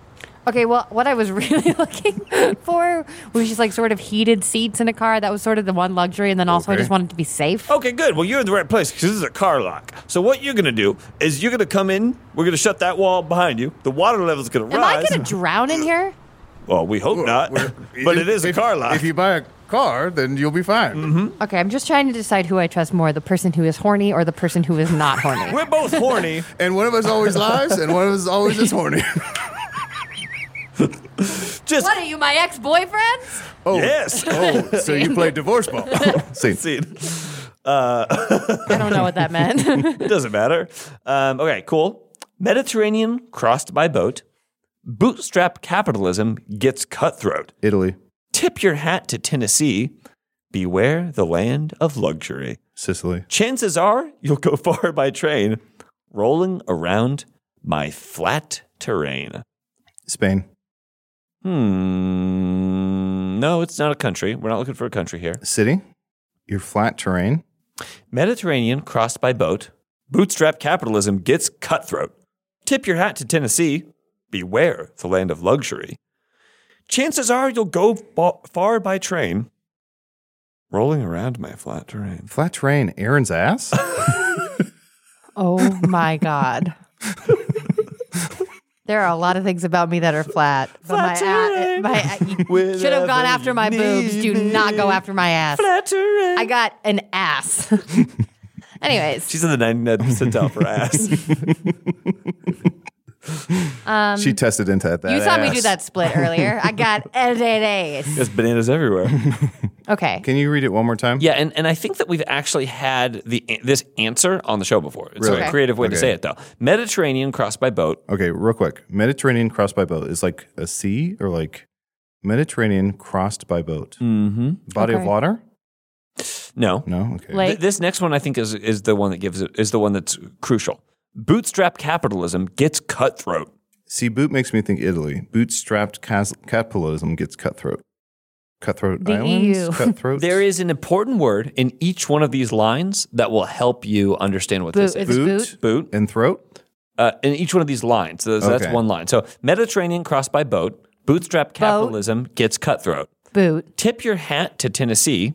Okay, well, what I was really looking for was just like sort of heated seats in a car. That was sort of the one luxury, and then also I
Okay.
just wanted to be safe.
Okay, good. Well, you're in the right place because this is a car lock. So what you're gonna do is you're gonna come in. We're gonna shut that wall behind you. The water level's gonna
Am I
rise.
going to drown in here?
well, we hope not, but it is a
If-
car Mm-hmm. lock.
If you buy a car, then you'll be fine.
Okay, I'm just trying to decide who I trust more the person who is horny or the person who is not horny.
We're both horny.
And one of us always lies, and one of us always is horny.
Just
what are you, my ex boyfriends?
Oh,
yes.
Oh, so you play divorce ball. See,
See, it
I don't know what that meant.
doesn't matter. Um, okay, cool. Mediterranean crossed by boat. Bootstrap capitalism gets cutthroat.
Italy,
Tip your hat to Tennessee. Beware the land of luxury.
Sicily.
chances are you'll go far by train rolling around my flat terrain.
Spain,
Hmm. No, it's not a country. We're not looking for a country here.
city, your flat terrain,
Mediterranean crossed by boat. Bootstrap capitalism gets cutthroat. Tip your hat to Tennessee. Beware the land of luxury. Chances are you'll go fa- far by train rolling around my flat terrain.
flat terrain, Aaron's ass.
oh my God. There are a lot of things about me that are flat. But my ass, my a- should have gone after my boobs. Do not go after my ass.
Flat terrain.
I got an ass. Anyways,
She's in the 99th percentile for ass.
um,
she tested into that.
you saw me do
ass.
that split earlier. I got an ass.
There's bananas everywhere.
Okay.
Can you read it one more time?
yeah, and, and I think that we've actually had the this answer on the show before. It's
Really?
a
Okay.
creative way to
Okay.
say it though. Mediterranean crossed by boat.
Okay, real quick. Mediterranean crossed by boat is like a sea or like Mediterranean crossed by boat.
Mm-hmm.
Body of
Okay.
water?
No.
No. Okay.
Like-
Th- this next one I think is is the one that gives it is the one that's crucial. Bootstrap capitalism gets cutthroat.
See, boot makes me think Italy. Bootstrapped cas- capitalism gets cutthroat. Cutthroat
The E
islands.
EU.
Cutthroat.
There is an important word in each one of these lines that will help you understand what this
Boot.
is.
It's boot.
boot,
Boot.
and throat.
uh, in each one of these lines. So that's-
Okay.
that's one line. So Mediterranean crossed by boat, bootstrap capitalism gets cutthroat.
Boot.
Tip your hat to Tennessee.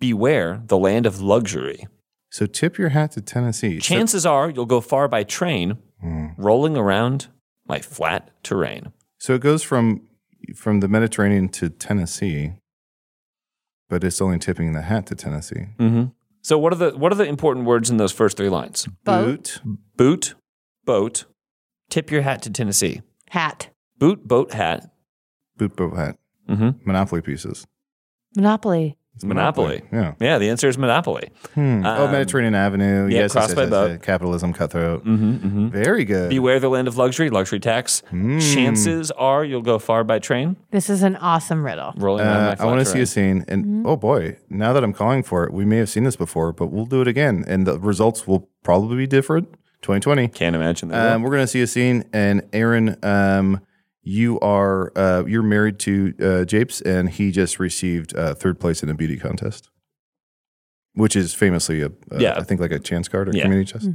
Beware the land of luxury.
So tip your hat to Tennessee. So- Hmm.
Chances are you'll go far by train, rolling around my flat terrain.
So it goes from from the Mediterranean to Tennessee, but it's only tipping the hat to Tennessee.
Mm-hmm. So what are the what are the important words in those first three lines?
Boat.
Boot.
Boot, boat, tip your hat to Tennessee.
Hat.
Boot, boat, hat.
Boot boat hat.
hmm
Monopoly pieces.
Monopoly.
It's
Monopoly.
Yeah.
Yeah, the answer is monopoly.
Hmm. oh,
Um,
Mediterranean Avenue. yes,
yeah,
yes,
crossed
yes,
by
yes,
boat.
yes. Capitalism cutthroat.
hmm hmm
Very good.
Beware the land of luxury, luxury tax.
Hmm.
Chances are you'll go far by train,
This is an awesome riddle.
rolling around
Uh,
my
I want to
flat
see
terrain.
a scene, and oh boy! Now that I'm calling for it, we may have seen this before, but we'll do it again, and the results will probably be different. 2020.
Can't imagine that.
Um, we're gonna see a scene, and Aaron, um, you are uh, you're married to uh, Japes, and he just received uh, third place in a beauty contest, which is famously a, a
Yeah.
I think like a chance card or
Yeah.
community chest.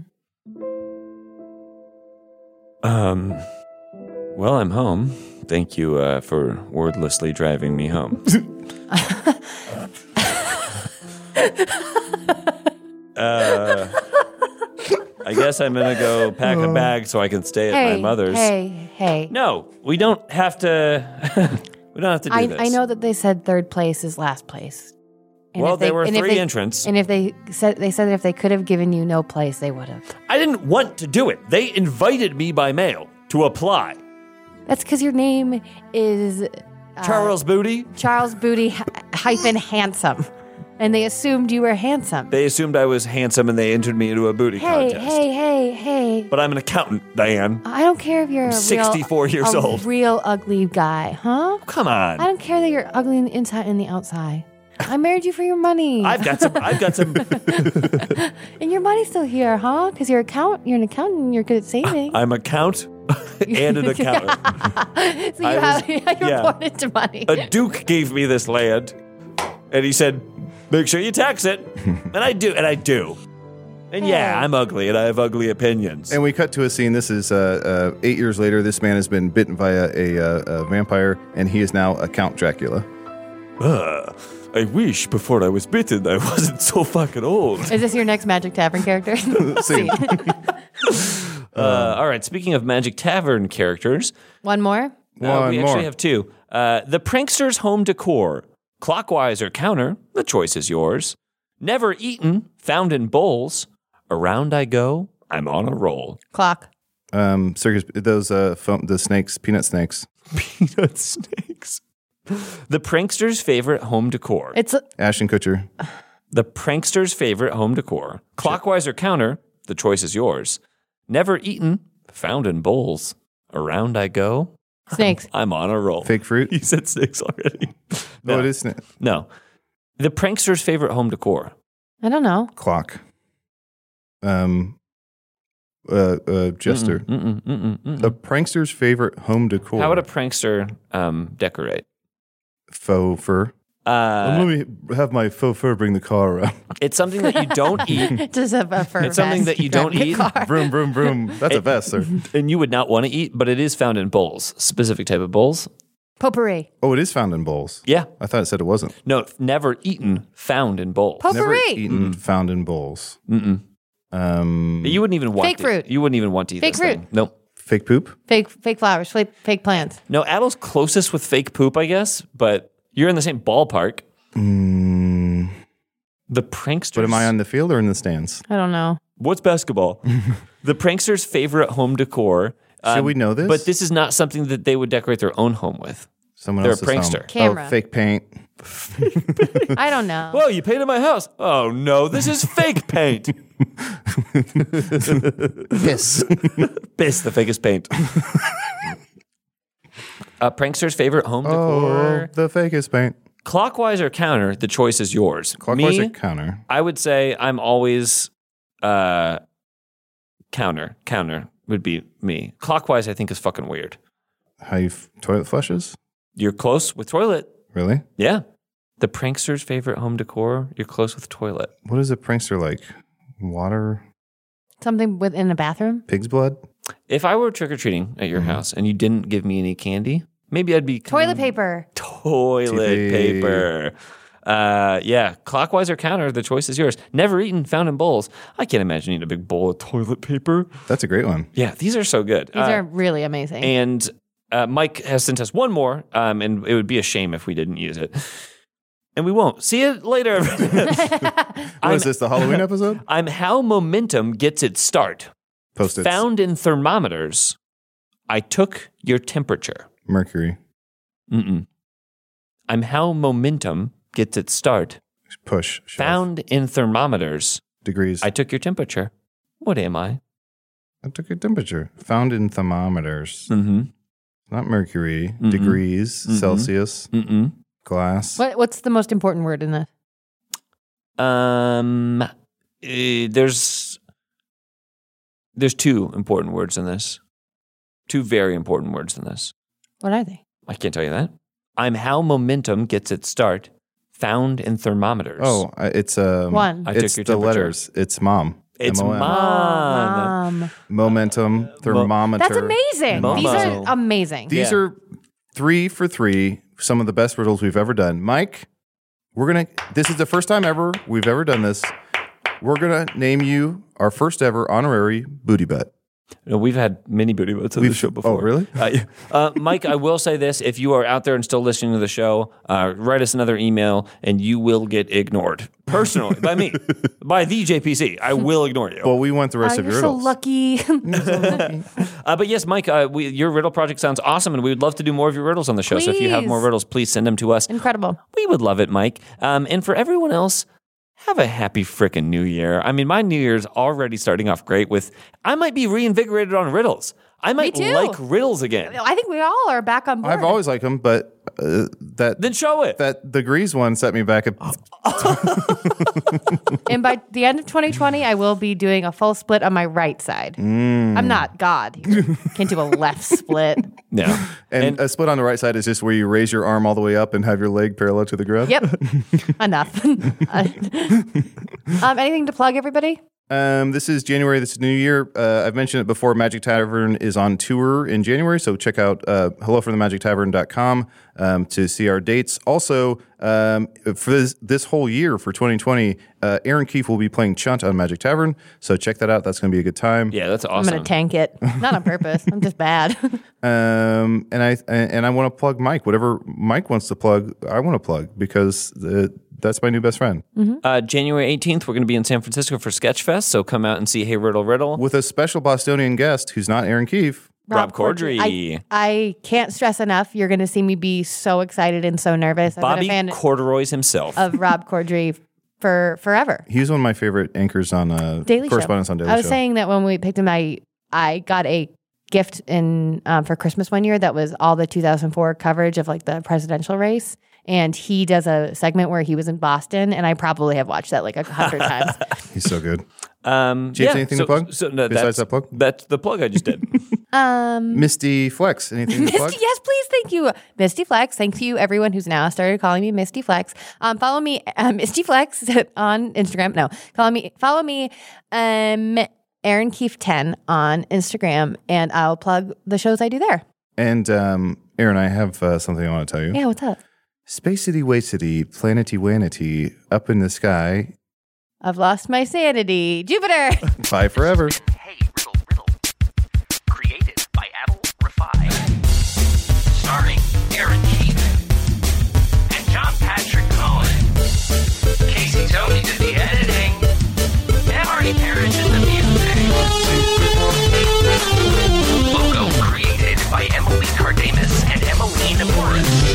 Um, well, I'm home. Thank you uh, for wordlessly driving me home. uh, I guess I'm gonna go pack a bag so I can stay at
Oh. hey,
my mother's.
Hey, hey.
No, we don't have to. we don't have to do
I,
this.
I know that they said third place is last place.
Well,
if they-
there were
and if
three
they-
entrants.
And if they said they said that if they could have given you no place, they would have.
I didn't want to do it. They invited me by mail to apply.
That's because your name is Uh.
Charles Booty.
Charles Booty hy- hyphen handsome. and they assumed you were handsome.
They assumed I was handsome and they entered me into a booty
hey,
contest.
hey, Uh, hey, hey.
But I'm an accountant, Diane.
I don't care if you're a real-
64 years
a
old.
real ugly guy, huh?
Come
I
on.
don't care that you're ugly on the inside and the outside. I married you for your money,
I've got some I've got some
and your money's still here, huh? Because you're account, you're an accountant, and you're good at saving.
I'm a count and an accountant.
so you
I
have
was-
yeah, you're
yeah.
born into money.
A duke gave me this land and he said, "Make sure you tax it." And I do, and I do. And yeah, I'm ugly and I have ugly opinions.
And we cut to a scene. This is uh, uh, eight years later. This man has been bitten by a, a, uh, a vampire, and he is now a Count Dracula.
Ah, I wish before I was bitten I wasn't so fucking old.
Is this your next Magic Tavern character?
Scene.
Uh, all right, speaking of Magic Tavern characters,
One more.
Uh,
One
we
more.
actually have two. Uh, the prankster's home decor, clockwise or counter, the choice is yours. Never eaten, found in bowls. Around I go, I'm on a roll.
Clock.
um, circus. Those uh, foam, the snakes, peanut snakes,
Peanut snakes. The prankster's favorite home decor.
It's
Ashton Kutcher.
the prankster's favorite home decor, clockwise or counter, the choice is yours. Never eaten, found in bowls. Around I go,
snakes.
I'm on a roll.
Fake fruit.
You said snakes already.
No,
No.
it is sna-
No. The prankster's favorite home decor.
I don't know.
clock. Um, uh, uh, jester.
Mm-mm, mm-mm, mm-mm.
A prankster's favorite home decor.
Mm-hmm. How would a prankster um, decorate?
faux fur?
Uh,
Let me have my faux fur bring the car around.
it's something that you don't eat
Just a, a fur
It's something
vest.
that you don't
Drive the
eat.
car.
Vroom, vroom, vroom. That's a vest, sir.
and you would not want to eat, but it is found in bowls, specific type of bowls.
Potpourri.
Oh, it is found in bowls.
Yeah.
I thought it said it wasn't.
No, never eaten, found in bowls.
Never
Potpourri.
eaten, found in bowls.
Mm-mm.
Um,
You wouldn't even want
Fake
to-
fruit.
You wouldn't even want to eat
Fake
this thing.
fruit.
Nope.
fake poop.
Fake fake flowers. Fake fake plants.
No, Adel's closest with fake poop, I guess, but you're in the same ballpark.
Mm,
The prankster.
but am I on the field or in the stands?
I don't know.
What's basketball? the prankster's favorite home decor.
Should we know this?
Um, But this is not something that they would decorate their own home with.
Someone
They're a
else's home.
prankster.
Camera.
Oh, fake paint.
I don't know.
Whoa, you painted my house. Oh no, this is fake paint.
Piss.
Piss, the fakest paint. A prankster's favorite home
oh,
decor.
the fakest paint.
Clockwise or counter, the choice is yours.
Clockwise
Me,
or counter?
I would say I'm always uh, counter. Counter would be me. Clockwise, I think, is fucking weird.
How you f- toilet flushes?
You're close with toilet.
Really?
Yeah. The prankster's favorite home decor, you're close with toilet.
What is a prankster like? Water,
Something within a bathroom.
pig's blood?
If I were trick or treating at your house and you didn't give me any candy, maybe I'd be
Toilet paper.
Toilet
TV.
paper. Uh, yeah, clockwise or counter, the choice is yours. Never eaten, found in bowls. I can't imagine eating a big bowl of toilet paper.
That's a great one.
Yeah, these are so good.
These
Uh,
are really amazing.
And uh, Mike has sent us one more, um, and it would be a shame if we didn't use it. And we won't. See you later.
What
I'm-
is this, the Halloween episode?
I'm how momentum gets its start.
Post it.
Found in thermometers, I took your temperature.
Mercury.
Mm-mm. I'm how momentum gets its start.
Push. Shove.
Found in thermometers,
Degrees.
I took your temperature. What am I?
I took a temperature. Found in thermometers.
Mm-hmm.
Not mercury.
Mm-mm.
Degrees.
Mm-mm.
Celsius.
Mm-mm.
Glass.
what what's the most important word in this?
Um, eh, there's there's two important words in this. Two very important words in this.
What are they?
I can't tell you that. I'm how momentum gets its start. Found in thermometers.
Oh, I- it's um,
One.
I took
it's
your
the
temperature.
letters. It's mom.
It's
M O M.
Ah, mom.
Mom.
Momentum. Thermometer.
That's amazing.
Mumbo.
These are amazing.
These
Yeah.
are three for three. Some of the best riddles we've ever done. Mike, we're gonna. This is the first time ever we've ever done this. We're gonna name you our first ever honorary booty butt.
No, we've had many beauty votes on the show before.
oh, really?
Uh, yeah. uh, Mike, I will say this: if you are out there and still listening to the show, uh, write us another email, and you will get ignored personally by me, by the JPC. I will ignore you.
Well, we want the rest
Oh,
of your
you're so
riddles.
lucky.
Uh, but yes, Mike, uh, we, your riddle project sounds awesome, and we would love to do more of your riddles on the show. So if you have
Please.
more riddles, please send them to us.
Incredible.
We would love it, Mike. Um, and for everyone else, have a happy frickin' new year. I mean, my new year's already starting off great with I might be reinvigorated on riddles. I might
too.
like riddles again.
I think we all are back on board.
I've always liked them, but uh, that
Then Oh, show it.
that the Grease one set me back. A,
and by the end of 2020, I will be doing a full split on my right side.
Mm.
I'm not God. Can't do a left split.
Yeah.
and, uh, a split on the right side is just where you raise your arm all the way up and have your leg parallel to the ground.
Yep. Enough. um, anything to plug, everybody?
Um, this is January. This is New Year. Uh, I've mentioned it before. Magic Tavern is on tour in January, so check out uh, hellofromthemagictavern.com um, to see our dates. Also, um, for this, this whole year for 2020, uh, Aaron Keefe will be playing Chunt on Magic Tavern, so check that out. That's going to be a good time.
Yeah, that's
I'm
awesome.
going to tank it. Not on purpose. I'm just bad.
Um, and I and I want to plug Mike. Whatever Mike wants to plug, I want to plug because uh, that's my new best friend.
Mm.
uh, January 18th, we're going to be in San Francisco for Sketchfest. So come out and see Hey Riddle Riddle.
With a special Bostonian guest who's not Aaron Keefe.
Rob Corddry.
I, I can't stress enough. You're going to see me be so excited and so nervous. I've
Bobby
been a fan
Corduroy's himself.
of Rob Cordry for forever.
He was one of my favorite anchors on uh,
Daily
correspondence
Show.
on Daily
I was
Show.
saying that when we picked him, I I got a gift in um, for Christmas one year that was all the 2004 coverage of like the presidential race, and he does a segment where he was in Boston, and I probably have watched that like a hundred times.
He's so good.
um,
James, anything to
so-
plug
So, no,
besides
that's,
that plug?
That's the plug I just did.
Um,
Misty Flex, anything to
Misty,
plug?
yes, please. Thank you, Misty Flex. Thank you, everyone who's now started calling me Misty Flex. Um, follow me, uh, Misty Flex, on Instagram. No, follow me. Follow me, um, Aaron Keefe ten on Instagram, and I'll plug the shows I do there.
And um, Aaron, I have uh, something I want to tell you.
Yeah, what's up?
Space City, Way City, Planety Wanity, up in the sky,
I've lost my sanity. Jupiter.
bye forever.
And Hey Riddle Riddle. Created by Adel Rafai. Starring Aaron Keith and John Patrick Cohen. Casey Tony did the editing. And Marty Parrish did the music. Logo created by Emily Cardamus and Emily Naporis.